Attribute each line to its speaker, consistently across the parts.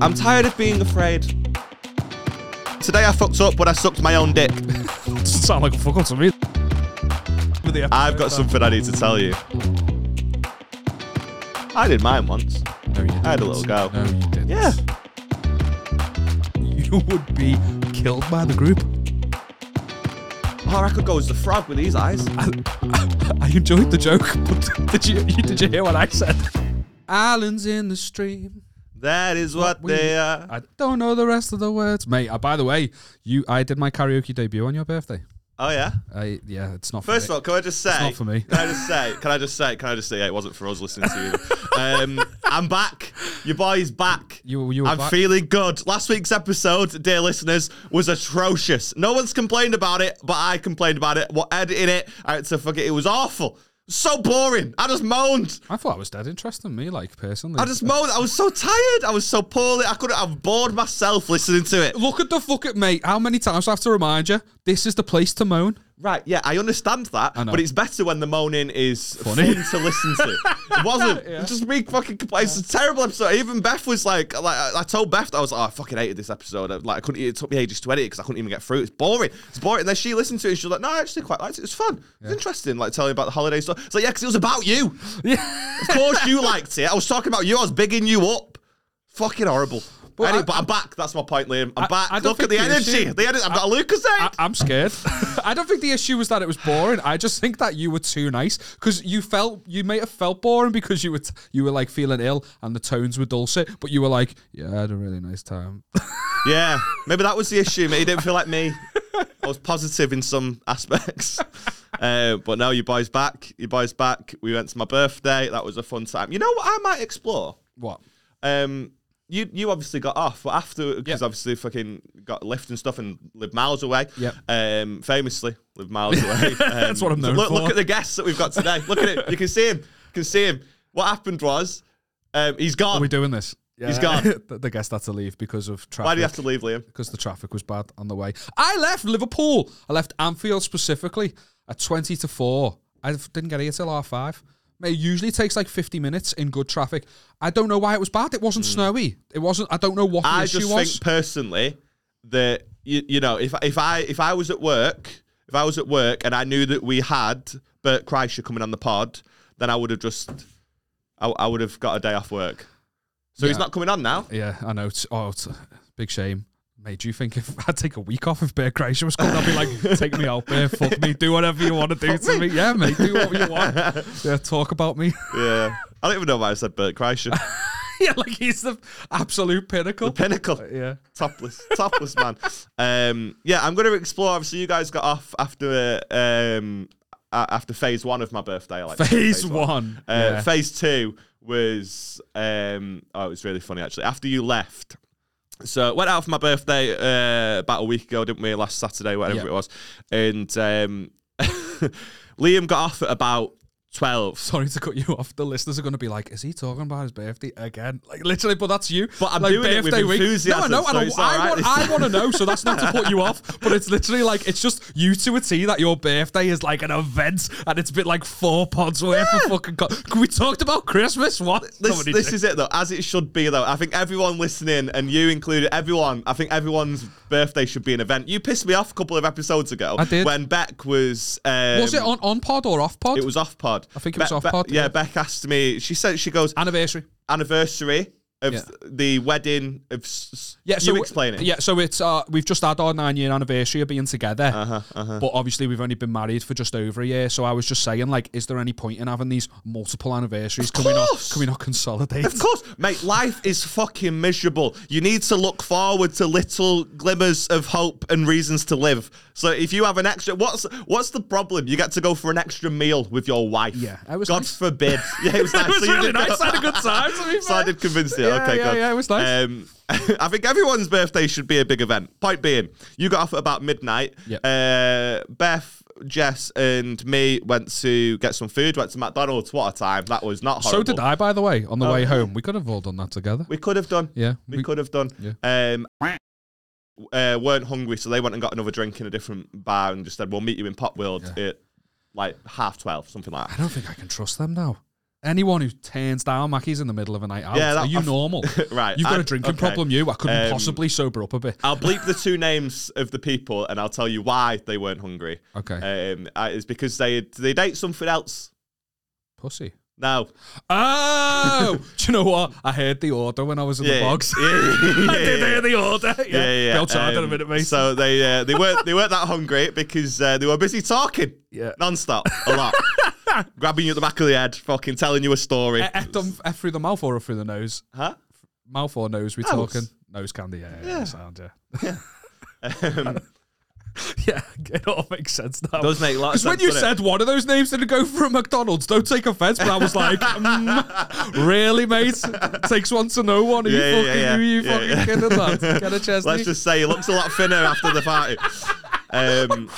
Speaker 1: I'm tired of being afraid. Today I fucked up when I sucked my own dick.
Speaker 2: Sound like a fuck up to me. With the
Speaker 1: I've got something I need to tell you. I did mine once.
Speaker 2: No, you
Speaker 1: I had a
Speaker 2: didn't.
Speaker 1: little go.
Speaker 2: No, you didn't.
Speaker 1: Yeah.
Speaker 2: You would be killed by the group.
Speaker 1: Oh, I could go as the frog with these eyes.
Speaker 2: I, I, I enjoyed the joke, but did you, you did you hear what I said? Islands in the stream.
Speaker 1: That is what
Speaker 2: we-
Speaker 1: they are.
Speaker 2: I don't know the rest of the words, mate. Uh, by the way, you I did my karaoke debut on your birthday.
Speaker 1: Oh yeah.
Speaker 2: I yeah, it's not. for
Speaker 1: First
Speaker 2: me.
Speaker 1: of all, can I just say?
Speaker 2: not for me.
Speaker 1: Can I just say? Can I just say? Can I just say? Yeah, it wasn't for us listening to you. Um, I'm back. Your boy's back.
Speaker 2: You- you were
Speaker 1: I'm
Speaker 2: back.
Speaker 1: feeling good. Last week's episode, dear listeners, was atrocious. No one's complained about it, but I complained about it. What Ed in it? I had to fuck it. It was awful. So boring. I just moaned.
Speaker 2: I thought I was dead interesting. Me, like personally,
Speaker 1: I just moaned. I was so tired. I was so poorly. I couldn't. I've bored myself listening to it.
Speaker 2: look at the fuck at mate. How many times do I have to remind you? This is the place to moan.
Speaker 1: Right, yeah, I understand that,
Speaker 2: I know.
Speaker 1: but it's better when the moaning is
Speaker 2: Funny.
Speaker 1: fun to listen to. it wasn't. It was Just me fucking complaining. It's a terrible episode. Even Beth was like, like I I told Beth, I was like, oh, I fucking hated this episode. I- Like, I couldn't. It took me ages to edit because I couldn't even get through. it. It's boring. It's boring. And then she listened to it. and She was like, no, I actually quite liked it. It's fun. It's interesting. Like telling about the holiday stuff. It's like, yeah, because it was about you.
Speaker 2: Yeah.
Speaker 1: Of course you liked it. I was talking about you. I was bigging you up. Fucking horrible. But,
Speaker 2: I-
Speaker 1: but I'm back. That's my point, Liam. I'm
Speaker 2: I-
Speaker 1: back.
Speaker 2: I don't
Speaker 1: Look at the
Speaker 2: think the
Speaker 1: energy.
Speaker 2: issue-
Speaker 1: The energy. I've got a Lucas.
Speaker 2: I, I'm scared. I don't think the issue was that it was boring. I just think that you were too nice because you felt you may have felt boring because you were t- you were like feeling ill and the tones were dulcet, but you were like, yeah, I had a really nice time.
Speaker 1: Yeah, maybe that was the issue. Mate, he didn't feel like me. I was positive in some aspects, uh, but now your boy's back. Your boy's back. We went to my birthday. That was a fun time. You know what? I might explore.
Speaker 2: what?
Speaker 1: Um, you you obviously got off, but after because
Speaker 2: Yep.
Speaker 1: obviously fucking got lift and stuff and lived miles away.
Speaker 2: Yep.
Speaker 1: Um, famously lived miles away. Um,
Speaker 2: That's what I'm known
Speaker 1: look, Look
Speaker 2: for.
Speaker 1: at the guests that we've got today. Look at it. You can see him. You can see him. What happened was, um, he's
Speaker 2: Are
Speaker 1: gone.
Speaker 2: Oh, we doing this?
Speaker 1: He's gone.
Speaker 2: The- the guest had to leave because of traffic.
Speaker 1: Why do you have to leave, Liam?
Speaker 2: because the traffic was bad on the way. I left Liverpool. I left Anfield specifically at 20 to 4. I f- didn't get here till half 5. Mate, It usually takes like 50 minutes in good traffic. I don't know why it was bad. It wasn't snowy. It wasn't, I don't know what the
Speaker 1: Hmm. I
Speaker 2: issue
Speaker 1: just
Speaker 2: was.
Speaker 1: think personally that you, you know if if I if I was at work if I was at work and I knew that we had Bert Kreischer coming on the pod, then I would have just I, I would have got a day off work. So he's
Speaker 2: Yeah.
Speaker 1: not coming on now.
Speaker 2: yeah, I know. It's, oh, it's a big shame. Mate, do you think if I'd take a week off if Bear Kreischer was coming, I'd be like, take me out, Bear, fuck me, do whatever you want to do to me. Yeah, mate, do what you want. Yeah, talk about me.
Speaker 1: Yeah, I don't even know why I said Bert Kreischer.
Speaker 2: yeah, like he's the absolute pinnacle.
Speaker 1: Pinnacle.
Speaker 2: yeah.
Speaker 1: topless, topless man. Um, yeah, I'm going to explore. Obviously, you guys got off after uh, um, a- after phase one of my birthday. I like to say
Speaker 2: Phase one.
Speaker 1: Uh,
Speaker 2: Yeah.
Speaker 1: Phase two was um, oh, it was really funny actually. After you left. So went out for my birthday uh, about a week ago, didn't we? Last Saturday, whatever
Speaker 2: Yeah.
Speaker 1: it was, and um, Liam got off at about twelve.
Speaker 2: Sorry to cut you off. The listeners are going to be like, "Is he talking about his birthday again?" Like literally, but that's you.
Speaker 1: But I'm
Speaker 2: like,
Speaker 1: doing it with
Speaker 2: week.
Speaker 1: enthusiasm,
Speaker 2: No, I
Speaker 1: so
Speaker 2: know. and I,
Speaker 1: it's
Speaker 2: I
Speaker 1: all right
Speaker 2: want,
Speaker 1: this
Speaker 2: I
Speaker 1: time.
Speaker 2: want to know. So that's not to put you off, but it's literally like it's just you to a T that your birthday is like an event, and it's been like four pods worth of fucking. Co- we talked about Christmas. What?
Speaker 1: This,
Speaker 2: Nobody
Speaker 1: this
Speaker 2: did.
Speaker 1: is it though, as it should be though. I think everyone listening, and you included, everyone. I think everyone's birthday should be an event. You pissed me off a couple of episodes ago.
Speaker 2: I did.
Speaker 1: When Beck was. Um,
Speaker 2: was it on on pod or off pod?
Speaker 1: It was off pod. I
Speaker 2: think it was off pod,
Speaker 1: yeah,
Speaker 2: yeah.
Speaker 1: Beck asked me. She said she goes
Speaker 2: anniversary.
Speaker 1: anniversary of
Speaker 2: Yeah.
Speaker 1: the wedding of. s- s-
Speaker 2: Yeah, so
Speaker 1: you explain it.
Speaker 2: Yeah, so it's uh, we've just had our nine year anniversary of being together,
Speaker 1: Uh-huh,
Speaker 2: but obviously we've only been married for just over a year. So I was just saying, like, is there any point in having these multiple anniversaries? Can we not?
Speaker 1: course!
Speaker 2: Can we not consolidate?
Speaker 1: Of course, mate. Life is fucking miserable. You need to look forward to little glimmers of hope and reasons to live. So if you have an extra, what's what's the problem? You get to go for an extra meal with your wife.
Speaker 2: Yeah, it was
Speaker 1: God
Speaker 2: nice.
Speaker 1: forbid. Yeah, it was nice.
Speaker 2: it was
Speaker 1: So you
Speaker 2: really
Speaker 1: did go-
Speaker 2: nice. I had a good time. To be
Speaker 1: So I
Speaker 2: fair.
Speaker 1: did convince you.
Speaker 2: Yeah,
Speaker 1: okay,
Speaker 2: yeah,
Speaker 1: good.
Speaker 2: yeah, it was nice.
Speaker 1: Um, I think everyone's birthday should be a big event. Point being, you got off at about midnight.
Speaker 2: Yep.
Speaker 1: Uh, Beth, Jess, and me went to get some food. Went to McDonald's. What a time! That was not
Speaker 2: So
Speaker 1: horrible.
Speaker 2: did I, by the way, on the way home. We could have all done that together.
Speaker 1: We could have done.
Speaker 2: yeah,
Speaker 1: We, could have done. Um, uh, weren't hungry, so they went and got another drink in a different bar and just said, "We'll meet you in Pop World at like half twelve, something like
Speaker 2: I
Speaker 1: that."
Speaker 2: don't think I can trust them now. Anyone who turns down Mackey's in the middle of a night out,
Speaker 1: Yeah, that-
Speaker 2: are you
Speaker 1: I've-
Speaker 2: normal?
Speaker 1: Right,
Speaker 2: You've got a
Speaker 1: I-
Speaker 2: drinking
Speaker 1: okay.
Speaker 2: problem, you. I couldn't
Speaker 1: Um,
Speaker 2: possibly sober up a bit.
Speaker 1: I'll bleep the two names of the people and I'll tell you why they weren't hungry.
Speaker 2: Okay.
Speaker 1: Um, I- it's because they they'd ate something else.
Speaker 2: Pussy.
Speaker 1: No.
Speaker 2: Oh! Do you know what? I heard the order when I was in the box.
Speaker 1: Yeah,
Speaker 2: I did
Speaker 1: yeah, yeah.
Speaker 2: hear the order. Yeah,
Speaker 1: Yeah, yeah, yeah.
Speaker 2: They'll try that in a
Speaker 1: Um,
Speaker 2: minute, mate.
Speaker 1: So they uh, they weren't they weren't that hungry because uh, they were busy talking,
Speaker 2: Yeah.
Speaker 1: non-stop, a lot, grabbing you at the back of the head, fucking telling you a story.
Speaker 2: Eh, eh, done- eh, through the mouth or through the nose?
Speaker 1: huh?
Speaker 2: Mouth or nose? We're
Speaker 1: Nose.
Speaker 2: talking nose candy. Yeah, yeah,
Speaker 1: Yeah.
Speaker 2: sound. Yeah,
Speaker 1: Um,
Speaker 2: yeah. It all makes sense now.
Speaker 1: does make a lot of
Speaker 2: Because when
Speaker 1: sense,
Speaker 2: you
Speaker 1: doesn't it?
Speaker 2: said one of those names didn't go for a McDonald's, don't take offence. But I was like, mm, really, mate? Takes one to know one. Are
Speaker 1: Yeah,
Speaker 2: you
Speaker 1: yeah,
Speaker 2: fucking,
Speaker 1: yeah.
Speaker 2: Are you
Speaker 1: Yeah,
Speaker 2: fucking
Speaker 1: yeah.
Speaker 2: kidding, lad? Get a chest.
Speaker 1: Let's just say he looks a lot thinner after the party. Um,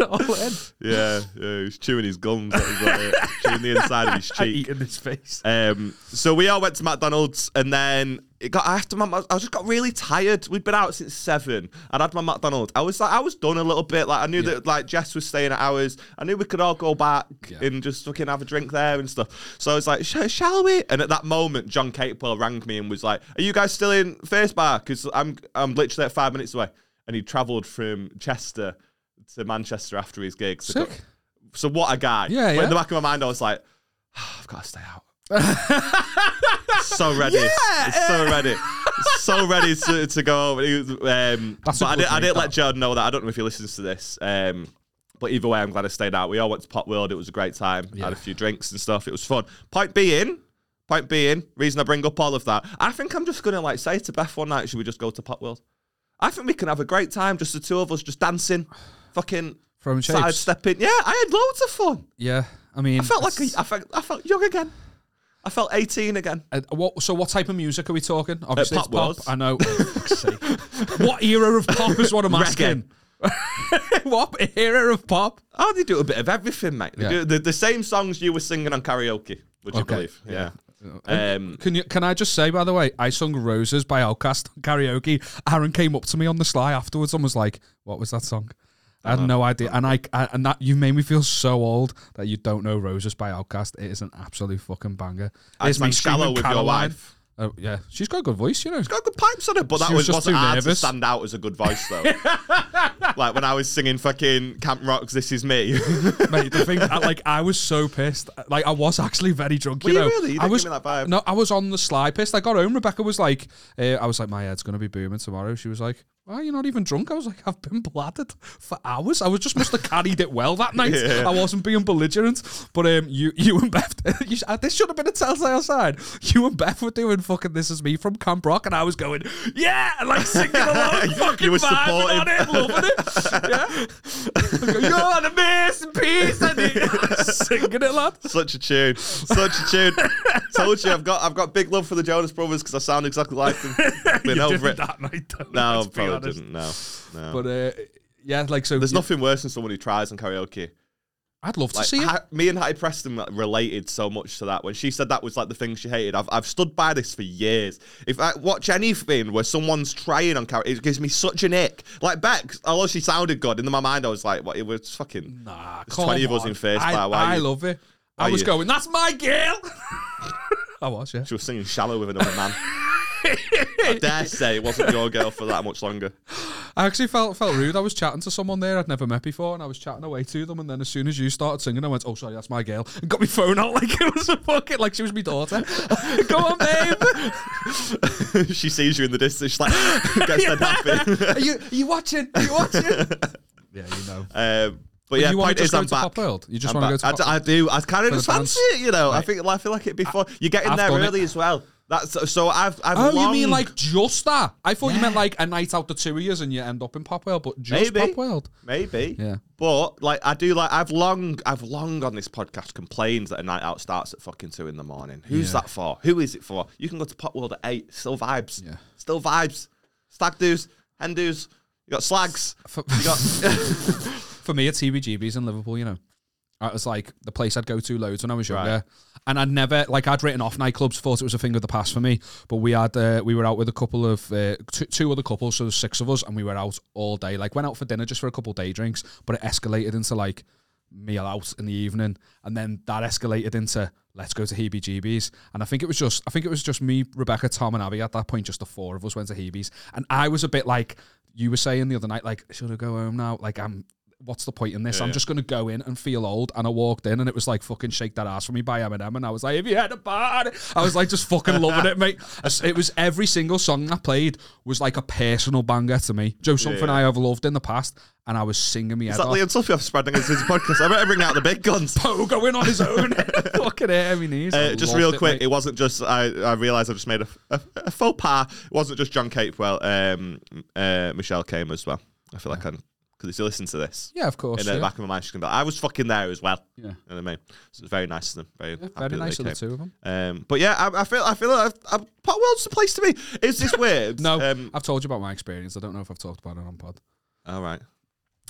Speaker 2: all in.
Speaker 1: yeah, yeah, he was chewing his gums, that was about it. chewing the inside of his
Speaker 2: I
Speaker 1: cheek.
Speaker 2: eat in his face.
Speaker 1: Um, so we all went to McDonald's, and then it got after my. I just got really tired. We'd been out since seven. I'd had my McDonald's. I was like, I was done a little bit. Like I knew that like Jess was staying at ours. I knew we could all go back
Speaker 2: Yeah.
Speaker 1: and just fucking have a drink there and stuff. So I was like, "Sh- shall we? And at that moment, John Capewell rang me and was like, Are you guys still in Face Bar? Because I'm I'm literally like five minutes away. And he travelled from Chester to Manchester after his gig. So,
Speaker 2: Sick.
Speaker 1: so what a guy.
Speaker 2: Yeah,
Speaker 1: But
Speaker 2: yeah.
Speaker 1: In the back of my mind, I was like. "Ah, I've got to stay out. so ready. It's so ready. It's so ready to, to go over. He was, Um,
Speaker 2: That's
Speaker 1: but
Speaker 2: a
Speaker 1: I,
Speaker 2: good
Speaker 1: did, I didn't
Speaker 2: move, that.
Speaker 1: let Jordan know that. I don't know if he listens to this. Um, but either way, I'm glad I stayed out. We all went to Pop World. It was a great time.
Speaker 2: Yeah.
Speaker 1: Had a few drinks and stuff. It was fun. Point being, point being, reason I bring up all of that, I think I'm just going to like say to Beth one night, should we just go to Pop World? I think we can have a great time, just the two of us, just dancing, fucking
Speaker 2: Throwing shapes.
Speaker 1: sidestepping. Yeah, I had loads of fun.
Speaker 2: Yeah, I mean,
Speaker 1: I felt like a, I felt I felt young again. I felt 18 again.
Speaker 2: Uh, what, so what type of music are we talking? Obviously,
Speaker 1: Uh, pop
Speaker 2: it's
Speaker 1: world.
Speaker 2: pop. I know. For fuck's sake. what era of pop is what I'm asking? what era of pop?
Speaker 1: Oh, they do a bit of everything, mate. They
Speaker 2: Yeah.
Speaker 1: do the, the same songs you were singing on karaoke. Would you
Speaker 2: Okay. Uh,
Speaker 1: believe? Yeah. Um,
Speaker 2: Can you? Can I just say, by the way, I sung "Roses" by Outkast on karaoke. Aaron came up to me on the sly afterwards and was like, "What was that song?" I had no idea, and I, I and that you made me feel so old that you don't know "Roses" by Outkast. It is an absolute fucking banger.
Speaker 1: I
Speaker 2: It's me
Speaker 1: sang "Shallow"
Speaker 2: screaming
Speaker 1: with your
Speaker 2: Caroline.
Speaker 1: wife.
Speaker 2: Oh yeah, she's got a good voice, you know.
Speaker 1: got good pipes on it, but that
Speaker 2: She
Speaker 1: was,
Speaker 2: was just
Speaker 1: wasn't
Speaker 2: too
Speaker 1: hard to
Speaker 2: nervous.
Speaker 1: stand out as a good voice though. like when I was singing fucking Camp Rocks, this is me.
Speaker 2: Mate, the thing, I, like, I was so pissed. Like, I was actually very drunk.
Speaker 1: Were
Speaker 2: you
Speaker 1: you
Speaker 2: know,
Speaker 1: really? You
Speaker 2: I
Speaker 1: didn't
Speaker 2: was
Speaker 1: give me that vibe.
Speaker 2: no, I was on the sly pissed. I got home. Rebecca was like, uh, I was like, my head's gonna be booming tomorrow. She was like, Why are you not even drunk? I was like, I've been bladdered for hours. I was just must have carried it well that night. I wasn't being belligerent. But um, you, you and Beth, you, sh- uh, this should have been a telltale sign. You and Beth were doing fucking "This Is Me" from Camp Rock, and I was going, yeah, and like singing along, fucking
Speaker 1: You were
Speaker 2: vibing on
Speaker 1: supporting.
Speaker 2: it, loving it. Yeah. You're the missing piece, and you- singing it, lad.
Speaker 1: Such a tune. Such a tune. Told you I've got I've got big love for the Jonas Brothers because I sound exactly like them. Been
Speaker 2: you
Speaker 1: over
Speaker 2: didn't
Speaker 1: it.
Speaker 2: that night, though.
Speaker 1: No,
Speaker 2: let's be
Speaker 1: probably
Speaker 2: honest.
Speaker 1: didn't. No, no.
Speaker 2: But uh, yeah, like so.
Speaker 1: There's
Speaker 2: yeah,
Speaker 1: nothing worse than someone who tries on karaoke.
Speaker 2: I'd love to
Speaker 1: Like,
Speaker 2: see it.
Speaker 1: Ha- me and Hattie Preston like, related so much to that. When she said that was like the thing she hated, I've, I've stood by this for years. If I watch anything where someone's trying on character, it gives me such an ick. Like Beck, although she sounded good, in my mind I was like, what, it was fucking.
Speaker 2: Nah,
Speaker 1: There's
Speaker 2: come
Speaker 1: 20 of us
Speaker 2: on.
Speaker 1: in first
Speaker 2: I,
Speaker 1: bar, why
Speaker 2: I
Speaker 1: you-
Speaker 2: love it. I
Speaker 1: why
Speaker 2: was
Speaker 1: you-
Speaker 2: going. That's my girl. I was, yeah.
Speaker 1: She was singing Shallow with another man. I dare say it wasn't your girl for that much longer.
Speaker 2: I actually felt felt rude. I was chatting to someone there I'd never met before, and I was chatting away to them. And then as soon as you started singing, I went, "Oh, sorry, that's my girl," and got my phone out like it was a bucket, like she was my daughter. Go on, babe.
Speaker 1: she sees you in the distance, she's like, gets dead happy.
Speaker 2: Are you are you watching? Are you watching? yeah, you know.
Speaker 1: Um, but yeah,
Speaker 2: you want
Speaker 1: point
Speaker 2: to
Speaker 1: is
Speaker 2: go
Speaker 1: I'm
Speaker 2: to
Speaker 1: back.
Speaker 2: Pop World? You just
Speaker 1: I'm
Speaker 2: want to go
Speaker 1: back.
Speaker 2: to Pop
Speaker 1: I, do. I do. I kind of
Speaker 2: For the
Speaker 1: just fancy
Speaker 2: dance.
Speaker 1: it, you know. I think I feel like it'd be fun. You get in
Speaker 2: I've
Speaker 1: there
Speaker 2: done
Speaker 1: early as well. That's so. I've I've.
Speaker 2: Oh, you
Speaker 1: long-
Speaker 2: mean like just that? I thought you meant like a night out the two years and you end up in Pop World, but just
Speaker 1: Maybe.
Speaker 2: Pop World.
Speaker 1: maybe?
Speaker 2: Yeah.
Speaker 1: But like I do like I've long I've long on this podcast complained that a night out starts at fucking two in the morning. Who's that for? Who is it for? You can go to Pop World at eight. Still vibes.
Speaker 2: Yeah.
Speaker 1: Still vibes. Stag do's, hen do's. You got slags.
Speaker 2: For,
Speaker 1: You got
Speaker 2: for me, it's TBGB's in Liverpool, you know. It was like the place I'd go to loads when I was younger,
Speaker 1: Right.
Speaker 2: and I'd never like I'd written off nightclubs. Thought it was a thing of the past for me, but we had uh, we were out with a couple of uh, two, two other couples, so there's six of us, and we were out all day. Like went out for dinner just for a couple of day drinks, but it escalated into like meal out in the evening, and then that escalated into let's go to Hebe Jeebies. And I think it was just I think it was just me, Rebecca, Tom, and Abby at that point. Just the four of us went to Hebe's, and I was a bit like you were saying the other night, like should I go home now? Like I'm. What's the point in this?
Speaker 1: Yeah,
Speaker 2: I'm
Speaker 1: yeah.
Speaker 2: just going to go in and feel old. And I walked in and it was like fucking shake that ass for me by Eminem. And I was like, if you had a bad, I was like just fucking loving it, mate. It was every single song I played was like a personal banger to me. Joe, something
Speaker 1: yeah.
Speaker 2: I have loved in the past, and I was singing me head
Speaker 1: Is that
Speaker 2: off.
Speaker 1: Liam Tuffy off spreading his podcast? I better bring out the big guns.
Speaker 2: Poe going on his own. Fucking air him knees. I
Speaker 1: Uh, just
Speaker 2: loved
Speaker 1: real
Speaker 2: it,
Speaker 1: quick,
Speaker 2: mate.
Speaker 1: it wasn't just I. I realised I just made a, a, a faux pas. It wasn't just John Capewell. Um, uh, Michelle came as well. I feel like I'm because if you listen to this,
Speaker 2: yeah, of course.
Speaker 1: in the
Speaker 2: yeah.
Speaker 1: back of my mind, she's gonna be like, I was fucking there as well.
Speaker 2: Yeah.
Speaker 1: You know what I mean? So it's very nice of them. Very, happy
Speaker 2: Very
Speaker 1: that
Speaker 2: nice
Speaker 1: they
Speaker 2: of the
Speaker 1: came.
Speaker 2: two of them.
Speaker 1: Um, but yeah, I, I feel I feel like I've, I've, Pot World's the place to be. Is this weird?
Speaker 2: No,
Speaker 1: Um,
Speaker 2: I've told you about my experience. I don't know if I've talked about it on pod.
Speaker 1: all right.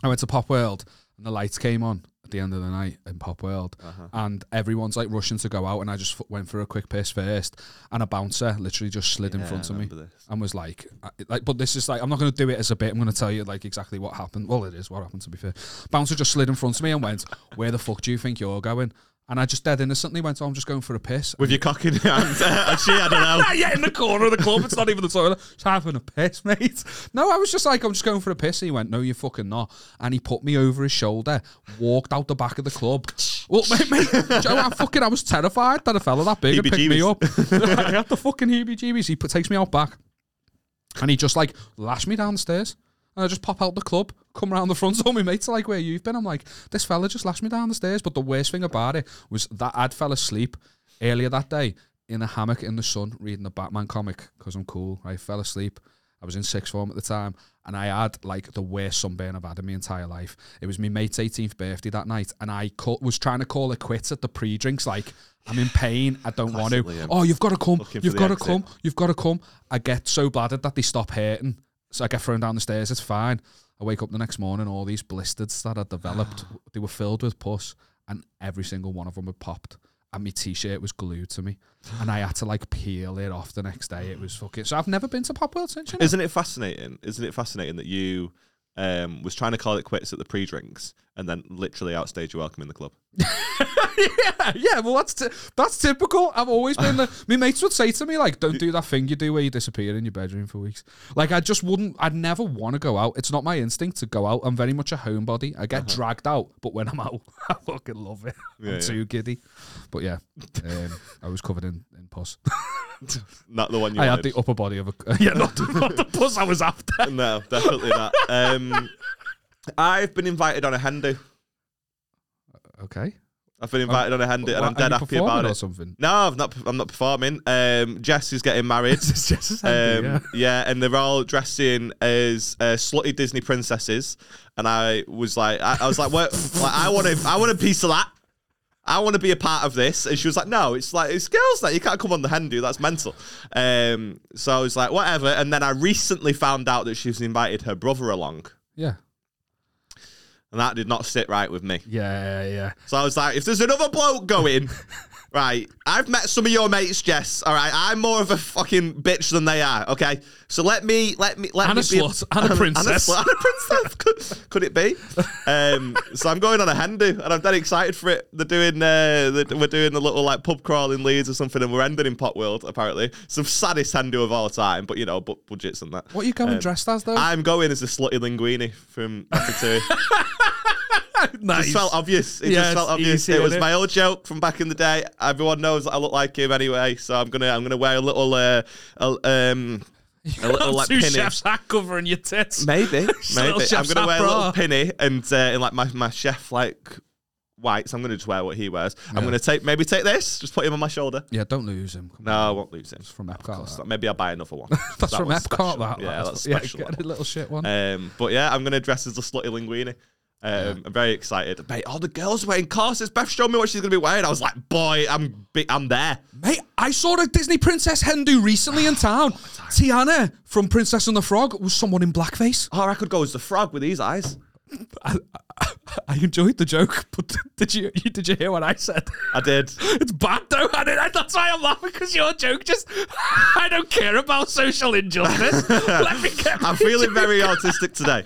Speaker 2: I went to Pop World and the lights came on at the end of the night in Pop World, and everyone's like rushing to go out, and I just f- went for a quick piss first, and a bouncer literally just slid in
Speaker 1: Yeah,
Speaker 2: front
Speaker 1: I
Speaker 2: of me.
Speaker 1: remember this.
Speaker 2: and was like, I- like, but this is like, I'm not going to do it as a bit. I'm going to tell you like exactly what happened. Well, it is what happened to be fair. Bouncer just slid in front of me and went, "Where the fuck do you think you're going?" And I just dead innocently went, "Oh, I'm just going for a piss."
Speaker 1: With your cock in your hand, and she had an L.
Speaker 2: Ah, yeah, in the corner of the club. It's not even the toilet. Just having a piss, mate. No, I was just like, I'm just going for a piss. And he went, No, you're fucking not. And he put me over his shoulder, walked out the back of the club. Well, mate, mate Joe, I fucking, I was terrified that a fella that big had picked me up. I had the fucking heebie-jeebies. He put, takes me out back, and he just like lashed me down the stairs. And I just pop out the club, come round the front. All my mates are like, "Where you've been?" I'm like, "This fella just lashed me down the stairs." But the worst thing about it was that I'd fell asleep earlier that day in a hammock in the sun reading the Batman comic because I'm cool. I fell asleep. I was in sixth form at the time, and I had like the worst sunburn I've had in my entire life. It was my mate's 18th birthday that night, and I call, was trying to call it quits at the pre-drinks. Like, I'm in pain. I don't want to.
Speaker 1: Classic Liam.
Speaker 2: Oh, you've got to come.
Speaker 1: Looking for
Speaker 2: you've
Speaker 1: the
Speaker 2: got to
Speaker 1: exit.
Speaker 2: come. You've got to come. I get so bladdered that they stop hurting. So I get thrown down the stairs. It's fine. I wake up the next morning. All these blisters that had developed, they were filled with pus, and every single one of them had popped. And my t-shirt was glued to me, and I had to like peel it off the next day. It was fucking. So I've never been to Pop World since. You know?
Speaker 1: Isn't it fascinating? Isn't it fascinating that you um, was trying to call it quits at the pre-drinks and then literally outstayed your welcome in the club?
Speaker 2: yeah, yeah. Well, that's t- that's typical. I've always been. The, my mates would say to me like, "Don't do that thing you do where you disappear in your bedroom for weeks." Like, I just wouldn't. I'd never want to go out. It's not my instinct to go out. I'm very much a homebody. I get dragged out, but when I'm out, I fucking love it. I'm
Speaker 1: Uh-huh. Yeah,
Speaker 2: too giddy. But yeah, um, I was covered in, in pus.
Speaker 1: Not the one you
Speaker 2: I had
Speaker 1: wanted.
Speaker 2: the upper body of a yeah, not the, not the pus I was after.
Speaker 1: no, definitely not. Um, I've been invited on a handy.
Speaker 2: Okay,
Speaker 1: I've been invited on a handy, and
Speaker 2: Wha-
Speaker 1: I'm
Speaker 2: are you
Speaker 1: dead happy
Speaker 2: performing
Speaker 1: about
Speaker 2: or
Speaker 1: it.
Speaker 2: something.
Speaker 1: No, I'm not. I'm not performing. Um, Jess is getting married.
Speaker 2: It's just as
Speaker 1: Um,
Speaker 2: handy,
Speaker 1: yeah. and they're all dressing as uh, slutty Disney princesses, and I was like, I, I was like, what? like, I want to, I want a piece of that. I want to be a part of this. And she was like, no, it's like it's girls that you can't come on the hen do. That's mental. Um, so I was like, whatever. And then I recently found out that she's invited her brother along,
Speaker 2: yeah,
Speaker 1: and that did not sit right with me.
Speaker 2: yeah, yeah, yeah.
Speaker 1: So I was like, if there's another bloke going, right, I've met some of your mates, Jess. All right, I'm more of a fucking bitch than they are. Okay, so let me, let me, let
Speaker 2: And
Speaker 1: me
Speaker 2: a
Speaker 1: be
Speaker 2: slut, and a princess.
Speaker 1: and a princess. Could, could it be? Um, so I'm going on a handy, and I'm dead excited for it. They're doing, uh, they're- we're doing a little like pub crawl in Leeds or something, and we're ending in Pot World apparently. It's the saddest handy of all time, but you know, but budgets and that. Um,
Speaker 2: What are you going dressed as though?
Speaker 1: I'm going as a slutty linguini from Ratatouille. It
Speaker 2: nice.
Speaker 1: just felt obvious. It
Speaker 2: Yeah,
Speaker 1: just felt
Speaker 2: it's
Speaker 1: obvious.
Speaker 2: easy,
Speaker 1: it was
Speaker 2: innit?
Speaker 1: my old joke from back in the day. Everyone knows that I look like him anyway, so I'm gonna I'm gonna wear a little uh, a, um a little like
Speaker 2: two
Speaker 1: pinny.
Speaker 2: chefs hat covering your tits.
Speaker 1: Maybe,
Speaker 2: little
Speaker 1: maybe I'm
Speaker 2: chef's
Speaker 1: gonna wear a
Speaker 2: bra.
Speaker 1: little pinny and uh, and like my my chef like whites. I'm gonna just wear what he wears. I'm gonna take maybe take this. Just put him on my shoulder.
Speaker 2: Yeah, don't lose him. Come
Speaker 1: No, I won't lose him.
Speaker 2: It's from Epcot.
Speaker 1: So
Speaker 2: that.
Speaker 1: maybe I'll buy another one.
Speaker 2: That's
Speaker 1: That
Speaker 2: from Epcot.
Speaker 1: one's special.
Speaker 2: That.
Speaker 1: Yeah, that's
Speaker 2: yeah,
Speaker 1: special.
Speaker 2: get
Speaker 1: that
Speaker 2: a little shit one.
Speaker 1: um, but yeah, I'm gonna dress as a slutty linguini. Um, I'm very excited. Mate, all the girls are wearing corsets. Beth showed me what she's gonna be wearing. I was like, boy, I'm bi- I'm there.
Speaker 2: Mate, I saw a Disney princess Hindu recently in town. Tiana from Princess and the Frog was someone in blackface.
Speaker 1: Or I could go as the frog with these eyes.
Speaker 2: I enjoyed the joke, but did you, you did you hear what I said?
Speaker 1: I did.
Speaker 2: It's bad though, and it, that's why I'm laughing because your joke just I don't care about social injustice. Let me get.
Speaker 1: I'm feeling very autistic today.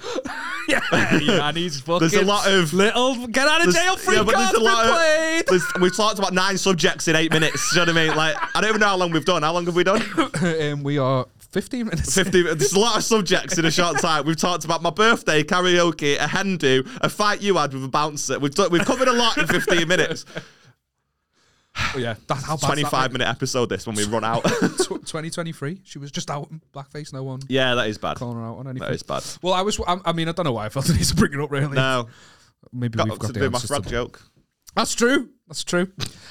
Speaker 2: yeah, yeah, and he's fucking.
Speaker 1: There's a lot of
Speaker 2: little get out of
Speaker 1: There's-
Speaker 2: jail free
Speaker 1: yeah, but
Speaker 2: cards
Speaker 1: there's a lot
Speaker 2: been
Speaker 1: of-
Speaker 2: played.
Speaker 1: there's- we've talked about nine subjects in eight minutes. You know what I mean? Like, I don't even know how long we've done. How long have we done?
Speaker 2: um, we are 15 minutes.
Speaker 1: 50. There's a lot of subjects in a short time. We've talked about my birthday, karaoke, a hen do, a fight you had with a bouncer. We've, done, we've covered a lot in 15 minutes.
Speaker 2: Oh, yeah, that's how bad
Speaker 1: 25 minute episode this when we run out.
Speaker 2: That, tw- 2023. She was just out in blackface. No one
Speaker 1: yeah, that is bad.
Speaker 2: calling her out on anything.
Speaker 1: That is bad.
Speaker 2: Well, I was. I, I mean, I don't know why I felt the need to bring it up. Really,
Speaker 1: No,
Speaker 2: maybe
Speaker 1: got
Speaker 2: we've
Speaker 1: up to
Speaker 2: got
Speaker 1: do
Speaker 2: the
Speaker 1: my
Speaker 2: answers
Speaker 1: frog
Speaker 2: to
Speaker 1: joke.
Speaker 2: That's true. That's true.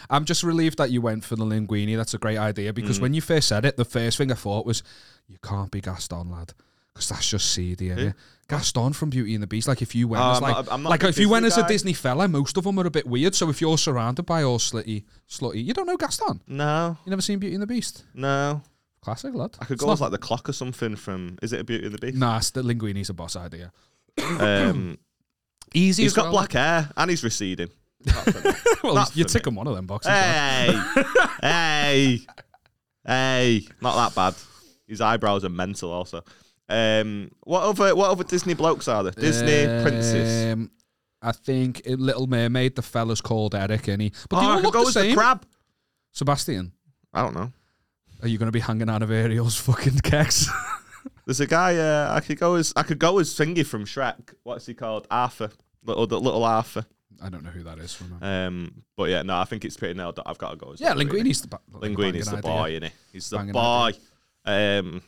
Speaker 2: I'm just relieved that you went for the linguini. That's a great idea because
Speaker 1: Mm.
Speaker 2: when you first said it, the first thing I thought was, "You can't be Gaston, lad." Because that's just seedy, innit? Gaston from Beauty and the Beast. Like if you went
Speaker 1: Oh,
Speaker 2: as
Speaker 1: I'm
Speaker 2: like,
Speaker 1: not a- I'm not a
Speaker 2: like
Speaker 1: big
Speaker 2: if you went
Speaker 1: Disney
Speaker 2: as a
Speaker 1: guy.
Speaker 2: Disney fella, most of them are a bit weird. So if you're surrounded by all slutty, slutty, you don't know Gaston.
Speaker 1: No,
Speaker 2: You never seen Beauty and the Beast?
Speaker 1: no.
Speaker 2: Classic lad.
Speaker 1: I could
Speaker 2: It's
Speaker 1: go
Speaker 2: not-
Speaker 1: as like the clock or something from Is It a Beauty and the Beast?
Speaker 2: Nah, it's- the linguini's a boss idea.
Speaker 1: Um,
Speaker 2: Easy.
Speaker 1: he's
Speaker 2: as
Speaker 1: got
Speaker 2: well.
Speaker 1: black hair and he's receding.
Speaker 2: well,
Speaker 1: not
Speaker 2: you
Speaker 1: for Eh,
Speaker 2: tick him one of them boxes. lad.
Speaker 1: Hey, hey, hey! Not that bad. His eyebrows are mental. Also, um, what other what other Disney blokes are there? Disney princess.
Speaker 2: Um, I think in Little Mermaid, the fella's called Eric, and he. But
Speaker 1: Oh,
Speaker 2: they all
Speaker 1: I could
Speaker 2: look
Speaker 1: go
Speaker 2: the
Speaker 1: as the
Speaker 2: same.
Speaker 1: crab.
Speaker 2: Sebastian,
Speaker 1: I don't know.
Speaker 2: are you going to be hanging out of Ariel's fucking kecks?
Speaker 1: There's a guy. Uh, I could go as I could go as Thingy from Shrek. What's he called? Arthur. Little the little Arthur.
Speaker 2: I don't know who that is. From
Speaker 1: Um, but yeah, no, I think it's pretty nailed. that I've got to go as
Speaker 2: yeah, Linguini's the ba-
Speaker 1: Linguini's the
Speaker 2: banging
Speaker 1: boy,
Speaker 2: idea.
Speaker 1: isn't he? He's the
Speaker 2: Banging
Speaker 1: boy. Um,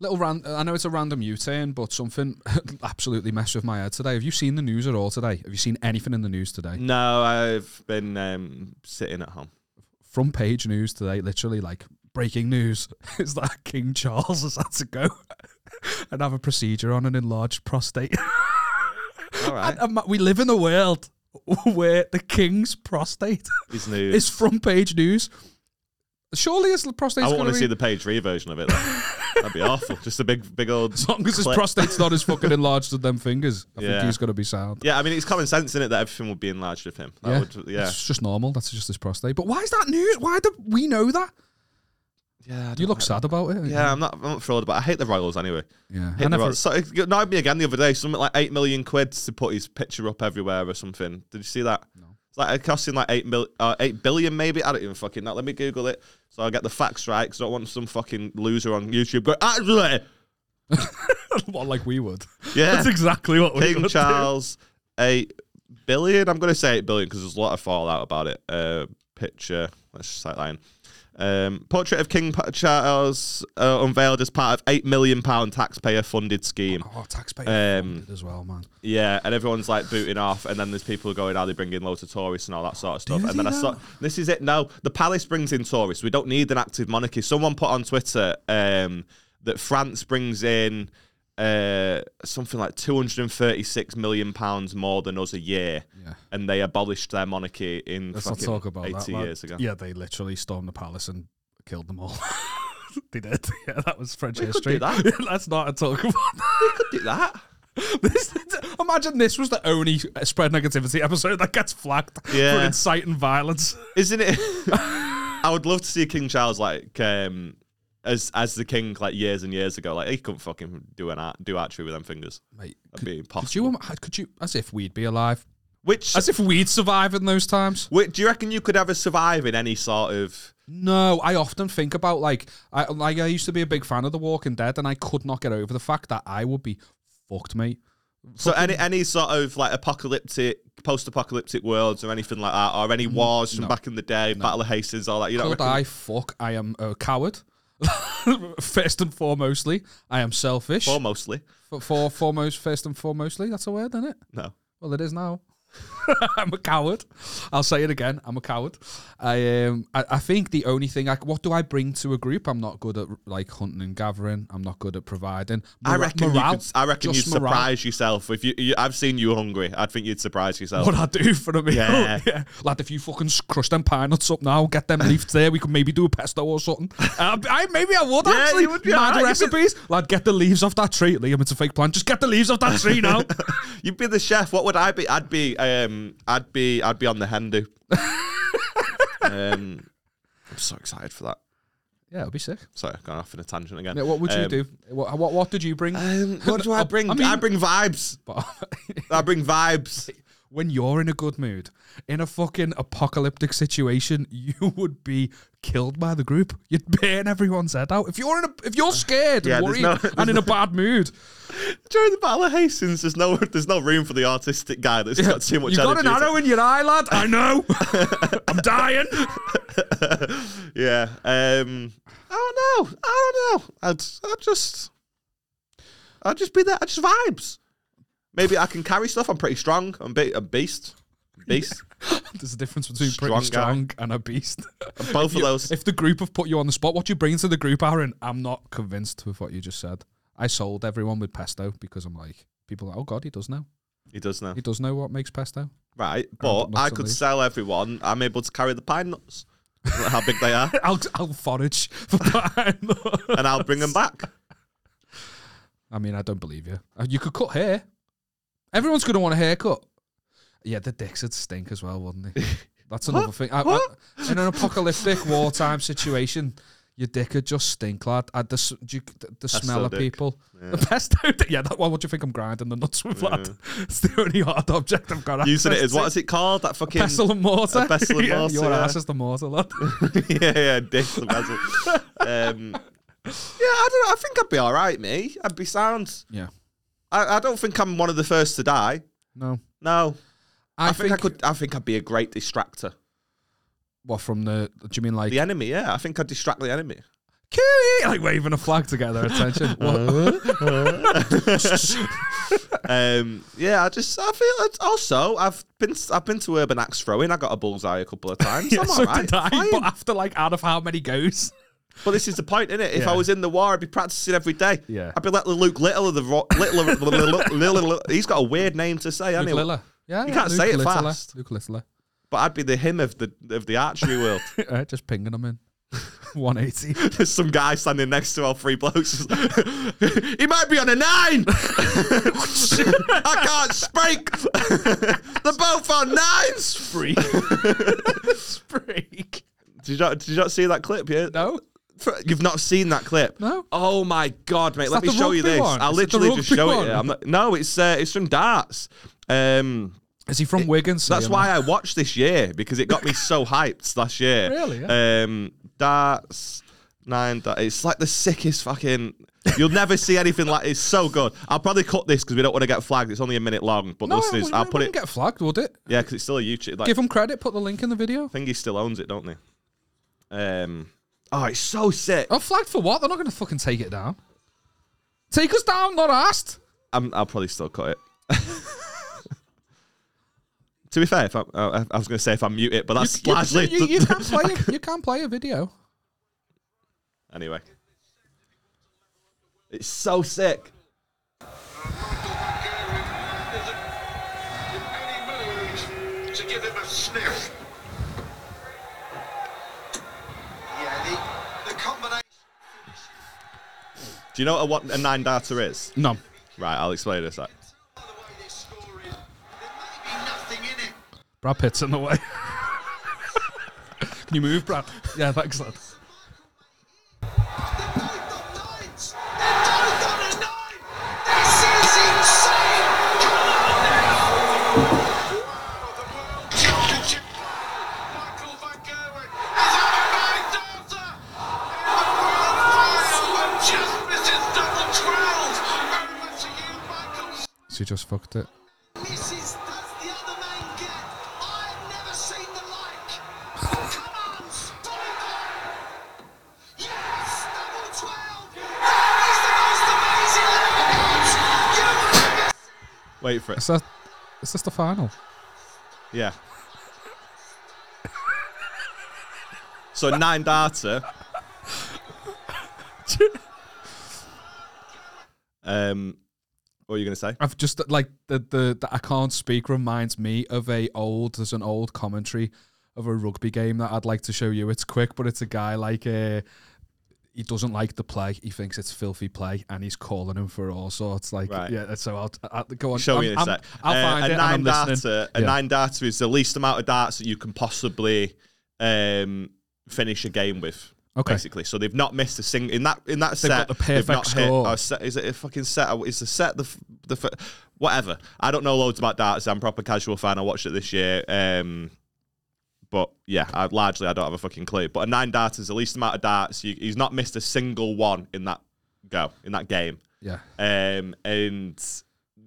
Speaker 2: Little ran- I know it's a random U-turn, but something absolutely messed with my head today. Have you seen the news at all today? Have you seen anything in the news today?
Speaker 1: no, I've been um, sitting at home.
Speaker 2: front page news today, literally like breaking news, is that King Charles has had to go and have a procedure on an enlarged prostate.
Speaker 1: All right,
Speaker 2: And, um, we live in a world where the king's prostate
Speaker 1: his new.
Speaker 2: is front page news. Surely his prostate's
Speaker 1: I
Speaker 2: going
Speaker 1: want
Speaker 2: to
Speaker 1: to see the page three version of it. Though. That'd be awful. Just a big, big old.
Speaker 2: As long as his
Speaker 1: clip.
Speaker 2: prostate's not as fucking enlarged as them fingers, I think
Speaker 1: Yeah.
Speaker 2: he's going to be sound.
Speaker 1: Yeah, I mean, it's common sense in it that everything would be enlarged with him. That
Speaker 2: Yeah.
Speaker 1: would, yeah.
Speaker 2: It's just normal. That's just his prostate. But why is that news? Why do we know that?
Speaker 1: yeah. I
Speaker 2: You
Speaker 1: don't
Speaker 2: look
Speaker 1: like-
Speaker 2: sad about it.
Speaker 1: Yeah, I'm not. I'm not thrilled about. I hate the Royals anyway.
Speaker 2: yeah.
Speaker 1: Hate
Speaker 2: I
Speaker 1: the
Speaker 2: never,
Speaker 1: Royals. So it annoyed me again the other day. Something like eight million quid to put his picture up everywhere or something. Did you see that? No. It's like it costing like eight mil, uh, eight billion maybe. I don't even fucking know. Let me Google it so I get the facts right. Because I don't want some fucking loser on YouTube going actually.
Speaker 2: well, like we would.
Speaker 1: Yeah.
Speaker 2: That's exactly what we
Speaker 1: King
Speaker 2: would.
Speaker 1: Charles, eight billion. I'm going to say eight billion because there's a lot of fallout about it. Uh, picture, let's just that line. Um, portrait of King Pa- Charles uh, unveiled as part of eight million pound taxpayer funded scheme.
Speaker 2: Oh, taxpayer
Speaker 1: Um,
Speaker 2: funded as well, man.
Speaker 1: Yeah, and everyone's like booting off, and then there's people going out, they bring in loads of tourists and all that sort of stuff.
Speaker 2: Do
Speaker 1: and then
Speaker 2: they
Speaker 1: I saw
Speaker 2: now?
Speaker 1: this is it. No, the palace brings in tourists. We don't need an active monarchy. Someone put on Twitter um, that France brings in uh, something like 236 million pounds more than us a year,
Speaker 2: Yeah.
Speaker 1: and they abolished their monarchy in
Speaker 2: Let's not
Speaker 1: fucking
Speaker 2: talk about
Speaker 1: 80
Speaker 2: that. lad.
Speaker 1: years ago.
Speaker 2: Yeah, they literally stormed the palace and killed them all. they did. Yeah, that was French
Speaker 1: We could
Speaker 2: history.
Speaker 1: do
Speaker 2: that. Let's not talk about
Speaker 1: Could do that.
Speaker 2: this. Imagine this was the only uh, spread negativity episode that gets flagged for
Speaker 1: Yeah.
Speaker 2: inciting violence.
Speaker 1: isn't it? I would love to see King Charles like um, as as the king like years and years ago. Like he couldn't fucking do an art, do archery with them fingers.
Speaker 2: Mate,
Speaker 1: That'd be
Speaker 2: could
Speaker 1: impossible.
Speaker 2: you? im- Could you? As if we'd be alive.
Speaker 1: Which,
Speaker 2: As if we'd survive in those times.
Speaker 1: which do you reckon you could ever survive in any sort of?
Speaker 2: No, I often think about like I like I used to be a big fan of The Walking Dead, and I could not get over the fact that I would be fucked, mate.
Speaker 1: So any any sort of like apocalyptic, post-apocalyptic worlds or anything like that, or any wars from back in the day, Battle of Hastings, all that. You know,
Speaker 2: Could I fuck? I am a coward. first and foremostly, I am selfish.
Speaker 1: or mostly.
Speaker 2: For, for foremost, first and foremostly, that's a word, isn't it?
Speaker 1: No,
Speaker 2: Well, it is now. I'm a coward. I'll say it again. I'm a coward. I um, I, I think the only thing, like, what do I bring to a group? I'm not good at like hunting and gathering. I'm not good at providing.
Speaker 1: I
Speaker 2: Mora-
Speaker 1: reckon
Speaker 2: morale,
Speaker 1: you could, I reckon
Speaker 2: just
Speaker 1: you'd
Speaker 2: morale.
Speaker 1: surprise yourself if you, you. I've seen you hungry. I'd think you'd surprise yourself.
Speaker 2: What I do for a meal?
Speaker 1: Yeah.
Speaker 2: lad. If you fucking s- crush them pine nuts up now, get them leaves there. We could maybe do a pesto or something. Uh, I maybe I would
Speaker 1: Yeah,
Speaker 2: actually.
Speaker 1: you would be
Speaker 2: Mad
Speaker 1: alright. You'd be-
Speaker 2: recipes, lad. Get the leaves off that tree, Liam. It's a fake plant. Just get the leaves off that tree now.
Speaker 1: You'd be the chef. What would I be? I'd be um I'd be I'd be on the Hindu. um I'm so excited for that.
Speaker 2: yeah, it'll be sick.
Speaker 1: Sorry, I've gone off in a tangent again.
Speaker 2: Yeah, what would you
Speaker 1: Um,
Speaker 2: do? What, what what did you bring?
Speaker 1: Um, what do
Speaker 2: I
Speaker 1: I bring? I,
Speaker 2: mean-
Speaker 1: bring vibes. I bring vibes.
Speaker 2: when you're in a good mood, in a fucking apocalyptic situation, you would be killed by the group. You'd burn everyone's head out. If you're in a, if you're scared
Speaker 1: Yeah,
Speaker 2: and
Speaker 1: there's
Speaker 2: worried
Speaker 1: no-
Speaker 2: and in a bad mood,
Speaker 1: During the Battle of Hastings, there's no there's no room for the artistic guy that's got too much
Speaker 2: you got
Speaker 1: energy.
Speaker 2: an arrow in your eye, lad. I know. I'm dying.
Speaker 1: yeah. Um I don't know. I don't know. I'd I'd just I'd just be there. I just vibes. Maybe I can carry stuff. I'm pretty strong. I'm be- a beast. Beast.
Speaker 2: There's a difference between
Speaker 1: Strong
Speaker 2: pretty
Speaker 1: guy.
Speaker 2: strong and a beast.
Speaker 1: Both of
Speaker 2: You-
Speaker 1: those.
Speaker 2: If the group have put you on the spot, what you bring to the group, Aaron, I'm not convinced with what you just said. I sold everyone with pesto because I'm like, people, are like, oh God, he does know.
Speaker 1: He does now.
Speaker 2: He does know what makes pesto.
Speaker 1: Right, but
Speaker 2: nuts
Speaker 1: I
Speaker 2: on
Speaker 1: could
Speaker 2: these.
Speaker 1: sell everyone. I'm able to carry the pine nuts. Look how big they are.
Speaker 2: I'll, I'll forage for pine.
Speaker 1: And I'll bring them back.
Speaker 2: I mean, I don't believe you. Uh, You could cut hair. Everyone's going to want a haircut. Yeah, the dicks would stink as well, wouldn't they? That's another thing. I, I,
Speaker 1: What?
Speaker 2: in an apocalyptic wartime situation, your dick would just stink, lad. I, the, s- do you, the, the smell of
Speaker 1: dick.
Speaker 2: people. The pesto dick. Yeah, that one. What do you think I'm grinding the nuts with, lad? It's the only hard object I've got.
Speaker 1: Using it
Speaker 2: access
Speaker 1: as what
Speaker 2: to.
Speaker 1: is it called? That fucking
Speaker 2: pestle and mortar.
Speaker 1: a pestle and
Speaker 2: Yeah,
Speaker 1: mortar,
Speaker 2: Your
Speaker 1: yeah.
Speaker 2: ass is the mortar, lad.
Speaker 1: yeah, yeah, dick the bezel. um, yeah, I don't. know. I think I'd be all right, me. I'd be sound.
Speaker 2: yeah.
Speaker 1: I, I don't think I'm one of the first to die.
Speaker 2: No.
Speaker 1: No,
Speaker 2: I,
Speaker 1: I, think, I could. I think I'd be a great distractor.
Speaker 2: What from the? Do you mean like
Speaker 1: The enemy, yeah. I think I'd distract the enemy.
Speaker 2: Kiwi, like waving a flag to get their attention. What?
Speaker 1: Um, yeah, I just. I feel. It's also, I've been. I've been to urban axe throwing. I got a bullseye a couple of times.
Speaker 2: yeah,
Speaker 1: I'm all
Speaker 2: so
Speaker 1: right.
Speaker 2: did I,
Speaker 1: fine.
Speaker 2: but after like out of how many goes?
Speaker 1: But this is the point, isn't it? If
Speaker 2: Yeah.
Speaker 1: I was in the war, I'd be practicing every day.
Speaker 2: Yeah.
Speaker 1: I'd be like the Luke Little of the ro- Little. of- Little, little, little he's got a weird name to say, hasn't
Speaker 2: Luke
Speaker 1: he?
Speaker 2: Lilla. Yeah, you
Speaker 1: can't say it fast.
Speaker 2: Luke Littler.
Speaker 1: But I'd be the him of the of the archery world.
Speaker 2: Uh, just pinging them in. 180.
Speaker 1: There's some guy standing next to all three blokes. he might be on a nine. I can't speak. They're both on nines.
Speaker 2: Freak. Freak.
Speaker 1: Did you not, did you not see that clip? Yeah.
Speaker 2: No.
Speaker 1: You've not seen that clip?
Speaker 2: No.
Speaker 1: Oh my god, mate! Let
Speaker 2: that
Speaker 1: me
Speaker 2: the
Speaker 1: show you
Speaker 2: rugby
Speaker 1: this.
Speaker 2: one?
Speaker 1: I'll
Speaker 2: Is it the
Speaker 1: literally just
Speaker 2: rugby
Speaker 1: show
Speaker 2: one?
Speaker 1: it. I'm not, no, it's uh, it's from darts. Um,
Speaker 2: Is he from Wigan? so
Speaker 1: that's
Speaker 2: you
Speaker 1: why
Speaker 2: know?
Speaker 1: I watched this year because it got me so hyped last year.
Speaker 2: Really,
Speaker 1: Um, darts nine. da- It's like the sickest fucking. You'll never see anything like. It's so good. I'll probably cut this because we don't want to get flagged. It's only a minute long, but
Speaker 2: No,
Speaker 1: listeners,
Speaker 2: it
Speaker 1: I'll
Speaker 2: wouldn't-
Speaker 1: put it.
Speaker 2: wouldn't get flagged, would it?
Speaker 1: yeah, because it's still a YouTube. Like,
Speaker 2: Give him credit. Put the link in the video.
Speaker 1: I think he still owns it, don't they? Um. Oh, it's so sick.
Speaker 2: Oh, flagged for what? They're not going to fucking take it down. Take us down, not asked.
Speaker 1: I'm, I'll probably still cut it. to be fair, if I, I, I was going to say if I mute it, but that's
Speaker 2: You,
Speaker 1: largely.
Speaker 2: you, you can't play. a- You can't play a video.
Speaker 1: anyway, it's so sick.
Speaker 3: to give him a sniff. Yeah, the, the combination.
Speaker 1: Do you know what a, one- a nine darter is?
Speaker 2: No.
Speaker 1: Right, I'll explain this. Like,
Speaker 3: The way they're scoring, there may be nothing in it.
Speaker 2: Brad Pitt's in the way. Can you move, Brad? Yeah, thanks, lad.
Speaker 3: They're both on nines. They're both on a nine. This is insane. Come on now. Wow, the World Championship. Michael Van Gerwen has had a nine dancer. And the world final just misses double 12. Very much to you, Michael.
Speaker 2: She just fucked it.
Speaker 3: Misses, does the other man get? I've never seen the like. Come on, stop it there. Yes, double 12. That is the most amazing level of cards you will ever see.
Speaker 1: wait for it.
Speaker 2: Is that? Is this the final?
Speaker 1: Yeah. so nine data. um, what are you gonna say?
Speaker 2: I've just like the the, the I can't speak reminds me of a old there's an old commentary of a rugby game that I'd like to show you. It's quick, but it's a guy like uh, he doesn't like the play. He thinks it's filthy play, and he's calling him for all sorts. Like
Speaker 1: Right.
Speaker 2: yeah, so I'll, I'll go on.
Speaker 1: Show
Speaker 2: I'm-
Speaker 1: me in a
Speaker 2: I'm-
Speaker 1: sec.
Speaker 2: I'll
Speaker 1: Uh,
Speaker 2: find
Speaker 1: a
Speaker 2: it.
Speaker 1: nine
Speaker 2: and I'm listening.
Speaker 1: data. A
Speaker 2: Yeah.
Speaker 1: nine data is the least amount of darts that you can possibly um, finish a game with.
Speaker 2: Okay.
Speaker 1: Basically, so they've not missed a single in that in that set.
Speaker 2: got the perfect
Speaker 1: they've not hit-
Speaker 2: score.
Speaker 1: oh, set- is it a fucking set? Or Is the set the f- the f- whatever? I don't know loads about darts. I'm a proper casual fan. I watched it this year. Um, but yeah, I, largely I don't have a fucking clue. But a nine darts is the least amount of darts. You, he's not missed a single one in that go in that game
Speaker 2: Yeah.
Speaker 1: um, and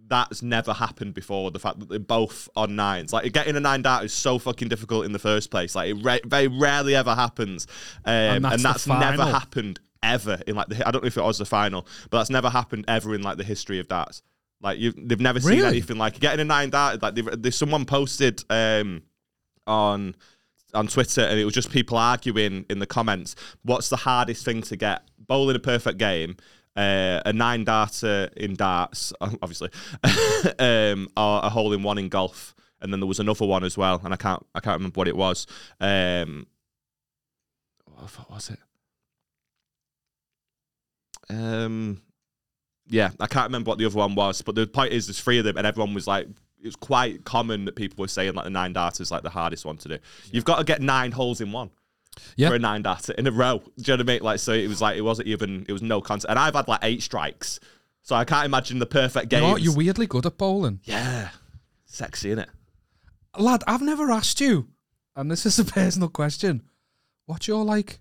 Speaker 1: that's never happened before. The fact that they're both on nines, like getting a nine dart is so fucking difficult in the first place. Like it ra- very rarely ever happens, um, and
Speaker 2: that's
Speaker 1: that's,
Speaker 2: the
Speaker 1: never
Speaker 2: final.
Speaker 1: happened ever in like the. I don't know if it was the final, but that's never happened ever in like the history of darts. Like you, they've never seen
Speaker 2: Really?
Speaker 1: anything like getting a nine dart. Like they've, there's someone posted. Um, on on Twitter, and it was just people arguing in the comments. What's the hardest thing to get? Bowling a perfect game, uh, a nine darter in darts, obviously, um, or a hole in one in golf. And then there was another one as well, and I can't I can't remember what it was. Um, what the fuck was it? Um, yeah, I can't remember what the other one was, but the point is, there's three of them, and everyone was like, it was quite common that people were saying like the nine darter is like the hardest one to do. You've got to get nine holes in one.
Speaker 2: Yeah.
Speaker 1: For a nine darter in a row. Do you know what I mean? Like, so it was like, it wasn't even, it was no concept. And I've had like eight strikes. So I can't imagine the perfect
Speaker 2: You
Speaker 1: game.
Speaker 2: know what? You're weirdly good at bowling.
Speaker 1: yeah. Sexy, innit?
Speaker 2: lad, I've never asked you, and this is a personal question. What's your like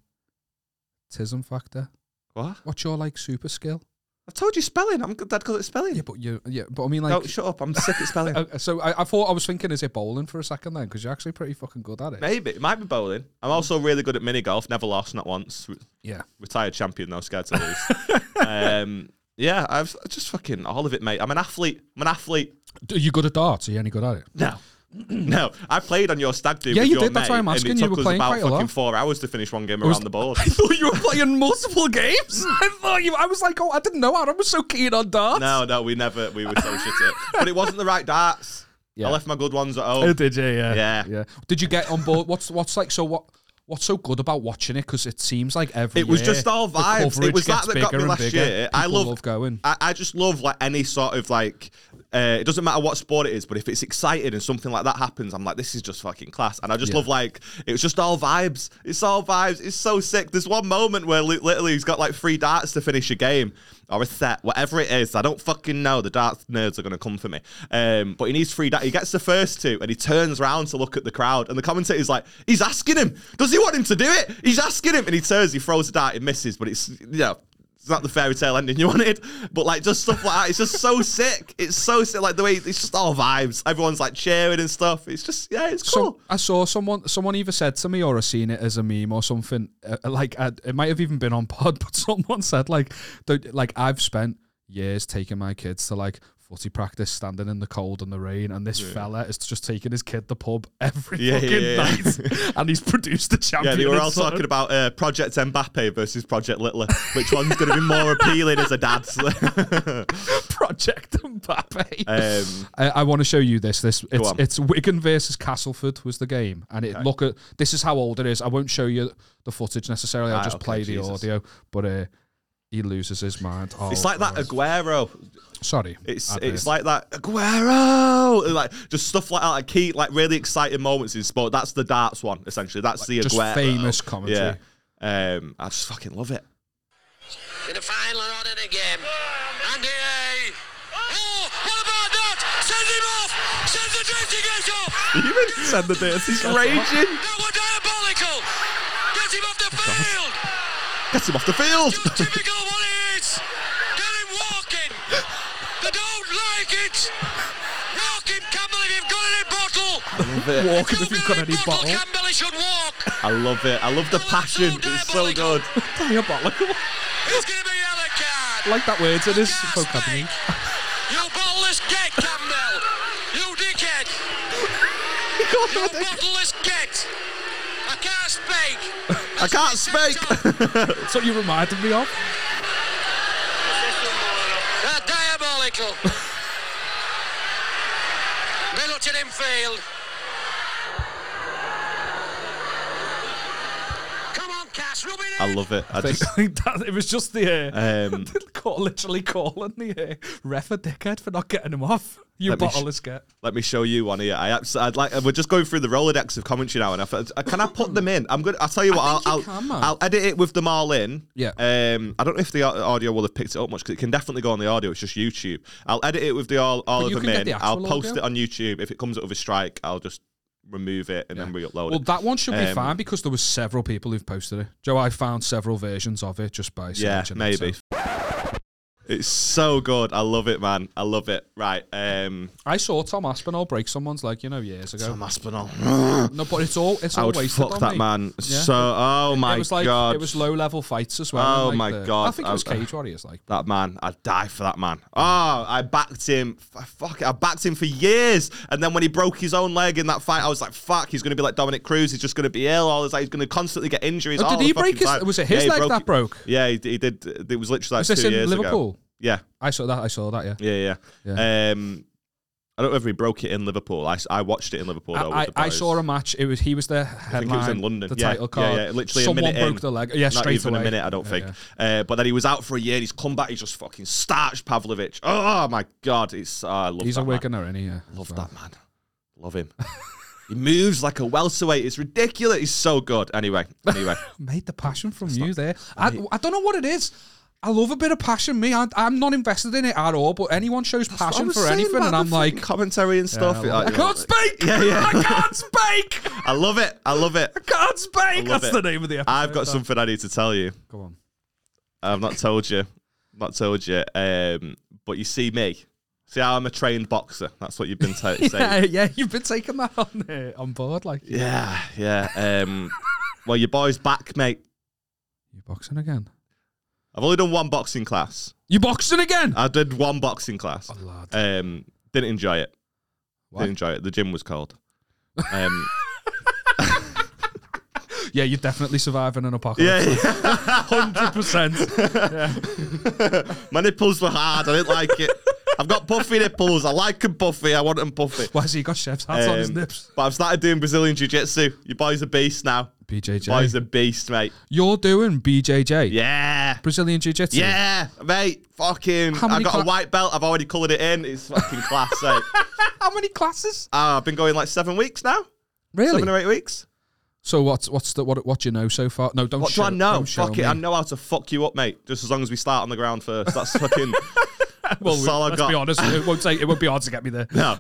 Speaker 2: tism factor?
Speaker 1: What?
Speaker 2: What's your like super skill?
Speaker 1: I've told you spelling. I'm good, Dad, because it's spelling.
Speaker 2: Yeah, but you, yeah, but I mean,
Speaker 1: no,
Speaker 2: like,
Speaker 1: shut up. I'm sick at spelling.
Speaker 2: uh, so I, I thought I was thinking, is it bowling for a second then? Because you're actually pretty fucking good at it.
Speaker 1: Maybe. It might be bowling. I'm also really good at mini golf. Never lost, not once. Re-
Speaker 2: Yeah,
Speaker 1: Retired champion, though, scared to lose. um, yeah, I've just fucking all of it, mate. I'm an athlete. I'm an athlete.
Speaker 2: D- are you good at darts? Are you any good at it?
Speaker 1: No. no, I played on your stag do.
Speaker 2: Yeah,
Speaker 1: with
Speaker 2: you
Speaker 1: your
Speaker 2: did, that's
Speaker 1: mate,
Speaker 2: why I'm asking,
Speaker 1: And it
Speaker 2: you
Speaker 1: took
Speaker 2: were
Speaker 1: us
Speaker 2: playing
Speaker 1: about
Speaker 2: quite a
Speaker 1: fucking
Speaker 2: lot.
Speaker 1: four hours to finish one game
Speaker 2: was-
Speaker 1: around the board.
Speaker 2: I thought you were playing multiple games. I thought you. I was like, oh, I didn't know. Aaron was so keen on darts.
Speaker 1: no, no, we never. We were so shit at it. But it wasn't the right darts.
Speaker 2: Yeah.
Speaker 1: I left my good ones at
Speaker 2: Oh,
Speaker 1: home.
Speaker 2: did you? Yeah.
Speaker 1: Yeah.
Speaker 2: Yeah. Did you get on board? What's what's like? So what? What's so good about watching it? Because it seems like every
Speaker 1: It was
Speaker 2: year,
Speaker 1: just all
Speaker 2: the
Speaker 1: vibes. It
Speaker 2: coverage
Speaker 1: was that
Speaker 2: gets
Speaker 1: that got
Speaker 2: bigger
Speaker 1: me
Speaker 2: and
Speaker 1: last
Speaker 2: bigger.
Speaker 1: year. I
Speaker 2: People
Speaker 1: love,
Speaker 2: going.
Speaker 1: I, I just love like any sort of like. Uh, it doesn't matter what sport it is, but if it's exciting and something like that happens, I'm like, this is just fucking class. And I just
Speaker 2: Yeah.
Speaker 1: love like it was just all vibes. It's all vibes. It's so sick. There's one moment where li- literally he's got like three darts to finish a game or a set, whatever it is. I don't fucking know. The darts nerds are gonna come for me. Um, but he needs three darts. He gets the first two and he turns round to look at the crowd and the commentator's like, he's asking him, does he want him to do it? He's asking him, and he turns, he throws a dart, it misses, but it's you know, it's not the fairy tale ending you wanted, but like just stuff like that. It's just so sick. It's so sick. Like the way it's just all vibes. Everyone's like cheering and stuff. It's just yeah, it's
Speaker 2: So
Speaker 1: cool.
Speaker 2: I saw someone. Someone either said to me, or I seen it as a meme or something. Uh, like uh, it might have even been on pod, but someone said like, don't, like I've spent years taking my kids to like footy practice, standing in the cold and the rain, and this fella is just taking his kid to pub every
Speaker 1: Yeah, yeah,
Speaker 2: fucking night, and he's produced the champion.
Speaker 1: yeah, they were
Speaker 2: and
Speaker 1: all
Speaker 2: sort of-
Speaker 1: talking about uh, Project Mbappe versus Project Littler. Which one's going to be more appealing as a dad?
Speaker 2: Oh, Project Mbappe.
Speaker 1: Um,
Speaker 2: I, I want to show you this. This it's,
Speaker 1: on.
Speaker 2: it's Wigan versus Castleford was the game, and it look at this is how old it is. I won't show you the footage necessarily. I'll
Speaker 1: Ah,
Speaker 2: just
Speaker 1: okay,
Speaker 2: play
Speaker 1: Jesus.
Speaker 2: the audio, but uh, he loses his mind. Oh,
Speaker 1: it's like that
Speaker 2: God.
Speaker 1: Aguero.
Speaker 2: Sorry,
Speaker 1: It's
Speaker 2: Adverse.
Speaker 1: it's like that Aguero. Like just stuff like that. Like key, like really exciting moments in sport. That's the darts one essentially. That's the
Speaker 2: just
Speaker 1: Aguero.
Speaker 2: famous commentary.
Speaker 1: Yeah. Um, I just fucking love it.
Speaker 4: in the final on in the game. Andy A. Oh, what about that? Send him off! Send the drifting gate off!
Speaker 1: Send the bits. He's raging.
Speaker 4: That was diabolical! Get him off the field!
Speaker 1: Get him off the field.
Speaker 4: Just typical what he is! Get him walking! They don't like it! Walk him, Campbell, if you've got any bottle!
Speaker 2: walking if you've got any
Speaker 4: bottle,
Speaker 2: bottle.
Speaker 4: Campbell, he should walk!
Speaker 1: I love it. I love the passion. It's so good.
Speaker 2: Diabolical.
Speaker 4: It's going to be a yellow card!
Speaker 2: like that word in his
Speaker 4: Gas
Speaker 2: vocabulary.
Speaker 4: mate. You ballless dick, Campbell! You dickhead!
Speaker 1: He
Speaker 4: You're bottleless git. I can't speak.
Speaker 1: I can't speak.
Speaker 2: That's what you reminded me of.
Speaker 4: They're diabolical. Middleton infield. Come on, Cass, rub it
Speaker 1: I
Speaker 4: in.
Speaker 1: love it. I
Speaker 2: I
Speaker 1: just
Speaker 2: think that it was just the air.
Speaker 1: um,
Speaker 2: Call, literally calling the uh, ref a dickhead for not getting him off. You
Speaker 1: Let me
Speaker 2: bottleless get.
Speaker 1: let me show you one here. I abs- I'd like we're just going through the Rolodex of commentary now, and I thought, uh, can I put them in? I'm gonna. I'll tell you what.
Speaker 2: I
Speaker 1: I'll
Speaker 2: think you
Speaker 1: I'll,
Speaker 2: can, man.
Speaker 1: I'll edit it with them all in.
Speaker 2: Yeah.
Speaker 1: Um. I don't know if the au- audio will have picked it up much because it can definitely go on the audio. It's just YouTube. I'll edit it with the all all
Speaker 2: But
Speaker 1: of
Speaker 2: you
Speaker 1: them
Speaker 2: can get
Speaker 1: in.
Speaker 2: the
Speaker 1: I'll
Speaker 2: actual
Speaker 1: post
Speaker 2: audio.
Speaker 1: it on YouTube. If it comes up with a strike, I'll just remove it and then re-upload
Speaker 2: Well,
Speaker 1: it.
Speaker 2: that one should be
Speaker 1: Um,
Speaker 2: fine because there was several people who've posted it. Joe, I found several versions of it just by
Speaker 1: Yeah,
Speaker 2: searching it,
Speaker 1: maybe.
Speaker 2: so.
Speaker 1: It's so good. I love it, man. I love it. Right. Um.
Speaker 2: I saw Tom Aspinall break someone's leg, you know, years ago.
Speaker 1: Tom Aspinall.
Speaker 2: no, but it's all it's
Speaker 1: I
Speaker 2: all
Speaker 1: would
Speaker 2: Oh, wasted
Speaker 1: fuck
Speaker 2: on
Speaker 1: that
Speaker 2: me.
Speaker 1: man.
Speaker 2: Yeah.
Speaker 1: So, oh my
Speaker 2: it was like
Speaker 1: god,
Speaker 2: it was low level fights as well.
Speaker 1: Oh
Speaker 2: and,
Speaker 1: my
Speaker 2: like the-
Speaker 1: God,
Speaker 2: I think it was
Speaker 1: I-
Speaker 2: Cage Warriors. Like
Speaker 1: that man. I'd die for that man. Oh, I backed him. F- Fuck, it, I backed him for years. And then when he broke his own leg in that fight, I was like, fuck, he's gonna be like Dominic Cruz. He's just gonna be ill. All this, like, he's gonna constantly get injuries.
Speaker 2: Oh, did
Speaker 1: all the
Speaker 2: he break
Speaker 1: fucking
Speaker 2: his-
Speaker 1: time.
Speaker 2: was it his
Speaker 1: he
Speaker 2: leg that broke?
Speaker 1: Yeah, he, d- he did. It was literally like
Speaker 2: was
Speaker 1: two
Speaker 2: this in
Speaker 1: years
Speaker 2: Liverpool?
Speaker 1: ago. Yeah,
Speaker 2: I saw that. I saw that. Yeah.
Speaker 1: yeah, yeah. Um, I don't know if he broke it in Liverpool. I, s- I watched it in Liverpool. though, with
Speaker 2: I, I,
Speaker 1: the
Speaker 2: I
Speaker 1: boys.
Speaker 2: saw a match. It was he was the headline.
Speaker 1: think it was in London.
Speaker 2: The
Speaker 1: yeah,
Speaker 2: title card.
Speaker 1: Yeah, yeah. Literally
Speaker 2: Someone
Speaker 1: a minute
Speaker 2: broke
Speaker 1: in.
Speaker 2: the leg. Yeah,
Speaker 1: Not
Speaker 2: straight
Speaker 1: even
Speaker 2: away.
Speaker 1: a minute, I don't
Speaker 2: Yeah,
Speaker 1: think.
Speaker 2: yeah.
Speaker 1: Uh, but then he was out for a year and he's come back. He's just fucking starched Pavlovich. Oh my god, it's oh, I love
Speaker 2: He's
Speaker 1: that
Speaker 2: a
Speaker 1: man.
Speaker 2: winger, isn't he? Yeah.
Speaker 1: Love
Speaker 2: So-
Speaker 1: that man. Love him. he moves like a welterweight. It's ridiculous. He's so good. Anyway, anyway,
Speaker 2: Made the passion from you there. I, I don't know what it is. I love a bit of passion. Me, I, I'm not invested in it at all. But anyone shows
Speaker 1: I
Speaker 2: passion
Speaker 1: was
Speaker 2: for
Speaker 1: saying
Speaker 2: anything,
Speaker 1: about
Speaker 2: and
Speaker 1: the
Speaker 2: I'm
Speaker 1: fucking
Speaker 2: like,
Speaker 1: commentary and stuff.
Speaker 2: I
Speaker 1: Like,
Speaker 2: can't speak.
Speaker 1: Yeah, yeah.
Speaker 2: I can't speak.
Speaker 1: I love it. I love it.
Speaker 2: Can't speak.
Speaker 1: love
Speaker 2: That's
Speaker 1: it.
Speaker 2: the name of the episode.
Speaker 1: I've got something I need to tell you.
Speaker 2: Come on.
Speaker 1: I've not told you. Not told you. Um, but you see me. See how I'm a trained boxer. That's what you've been ta- saying.
Speaker 2: Yeah, yeah, you've been taking that on uh, on board, like you
Speaker 1: Yeah, yeah. Um, well, your boy's back, mate.
Speaker 2: boxing again.
Speaker 1: I've only done one boxing class.
Speaker 2: You boxing again? Oh,
Speaker 1: I did one boxing class.
Speaker 2: lad.
Speaker 1: Um, didn't enjoy it.
Speaker 2: Why?
Speaker 1: Didn't enjoy it. The gym was cold. Um,
Speaker 2: yeah, you're definitely surviving an apocalypse.
Speaker 1: yeah, yeah.
Speaker 2: hundred percent.
Speaker 1: my nipples were hard. I didn't like it. I've got puffy nipples. I like 'em puffy. I want 'em puffy.
Speaker 2: Why has he got chef's hats on his
Speaker 1: Um,
Speaker 2: nips?
Speaker 1: But I've started doing Brazilian jiu jitsu. Your boy's a beast now.
Speaker 2: BJJ.
Speaker 1: Boy's a beast, mate.
Speaker 2: You're doing BJJ.
Speaker 1: Yeah.
Speaker 2: Brazilian Jiu Jitsu.
Speaker 1: Yeah, mate. Fucking.
Speaker 2: How
Speaker 1: I
Speaker 2: many
Speaker 1: got
Speaker 2: cla-
Speaker 1: a white belt. I've already coloured it in. It's fucking class, mate.
Speaker 2: How many classes?
Speaker 1: Uh, I've been going like seven weeks now. Seven or
Speaker 2: Really?
Speaker 1: eight weeks.
Speaker 2: So what's what's the what what do you know so far? No, don't.
Speaker 1: What
Speaker 2: show,
Speaker 1: do I know?
Speaker 2: don't show
Speaker 1: Fuck
Speaker 2: me.
Speaker 1: it. I know how to fuck you up, mate. Just as long as we start on the ground first. That's fucking.
Speaker 2: well,
Speaker 1: that's all I
Speaker 2: let's
Speaker 1: got.
Speaker 2: be honest. It won't take. It won't be hard to get me there.
Speaker 1: No.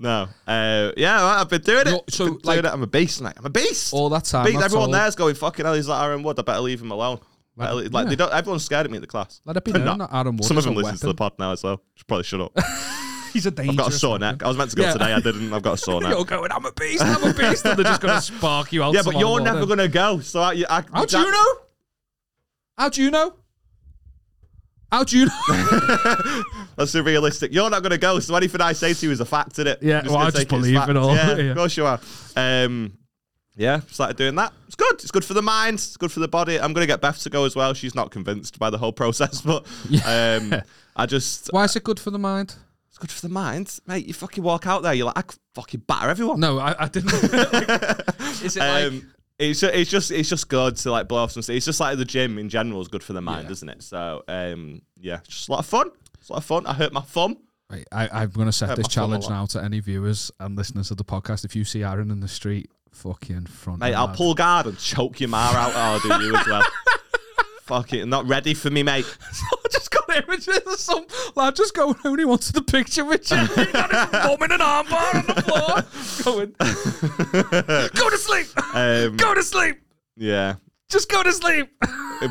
Speaker 1: No. Uh, yeah, right, I've been doing it.
Speaker 2: You're- so,
Speaker 1: Been doing
Speaker 2: like-
Speaker 1: it. I'm a beast, mate. I'm a beast.
Speaker 2: All that time.
Speaker 1: Beast.
Speaker 2: that's
Speaker 1: Everyone
Speaker 2: all.
Speaker 1: there's going, fucking hell, he's like Aaron Wood. I better leave him alone. Better le- like,
Speaker 2: yeah.
Speaker 1: they don't, everyone's scared of me in the class.
Speaker 2: Let it be
Speaker 1: They're
Speaker 2: known that Aaron Wood
Speaker 1: Some
Speaker 2: is
Speaker 1: of them
Speaker 2: a
Speaker 1: listen to the
Speaker 2: weapon.
Speaker 1: pod now as well. Should probably shut up.
Speaker 2: He's a dangerous.
Speaker 1: I've got a sore
Speaker 2: man.
Speaker 1: neck. I was meant to go
Speaker 2: Yeah.
Speaker 1: today. I didn't. I've got a sore neck.
Speaker 2: You're going. I'm a beast. I'm a beast. and they're just going to spark you out.
Speaker 1: Yeah,
Speaker 2: some
Speaker 1: but
Speaker 2: other
Speaker 1: you're
Speaker 2: order.
Speaker 1: never going to go. So I, I,
Speaker 2: How do you know? How do you know? How do you know?
Speaker 1: That's so realistic. You're not going to go, so anything I say to you is a fact, isn't it?
Speaker 2: Yeah,
Speaker 1: You're
Speaker 2: well,
Speaker 1: gonna
Speaker 2: I just
Speaker 1: take as
Speaker 2: believe
Speaker 1: fact.
Speaker 2: it all.
Speaker 1: Yeah,
Speaker 2: Yeah.
Speaker 1: of course you are. Um, yeah, started doing that. It's good. It's good for the mind. It's good for the body. I'm going to get Beth to go as well. She's not convinced by the whole process, but um, I just
Speaker 2: Why is it good for the mind?
Speaker 1: it's good for the mind, mate. You fucking walk out there, you're like, I could fucking batter everyone.
Speaker 2: No, I, I didn't. is it like?
Speaker 1: Um, it's, ju- it's just it's just good to like blow off some steam. It's just like the gym in general is good for the mind, isn't it? So um, yeah, it's just a lot of fun. It's a lot of fun. I hurt my thumb.
Speaker 2: Wait, I, I'm going to set
Speaker 1: Uh,
Speaker 2: this
Speaker 1: my phone
Speaker 2: challenge
Speaker 1: alarm.
Speaker 2: now to any viewers and listeners of the podcast. If you see Aaron in the street, fucking front.
Speaker 1: Mate,
Speaker 2: him
Speaker 1: I'll
Speaker 2: hard.
Speaker 1: pull guard and choke your mar out. Oh, I'll do you as well. Fuck it, not ready for me, mate.
Speaker 2: I just got images of some lad just going, only wanted the picture with you. He got his mum in an armbar on the floor. Going, go to sleep.
Speaker 1: Um,
Speaker 2: Go to sleep.
Speaker 1: yeah,
Speaker 2: Just go to sleep.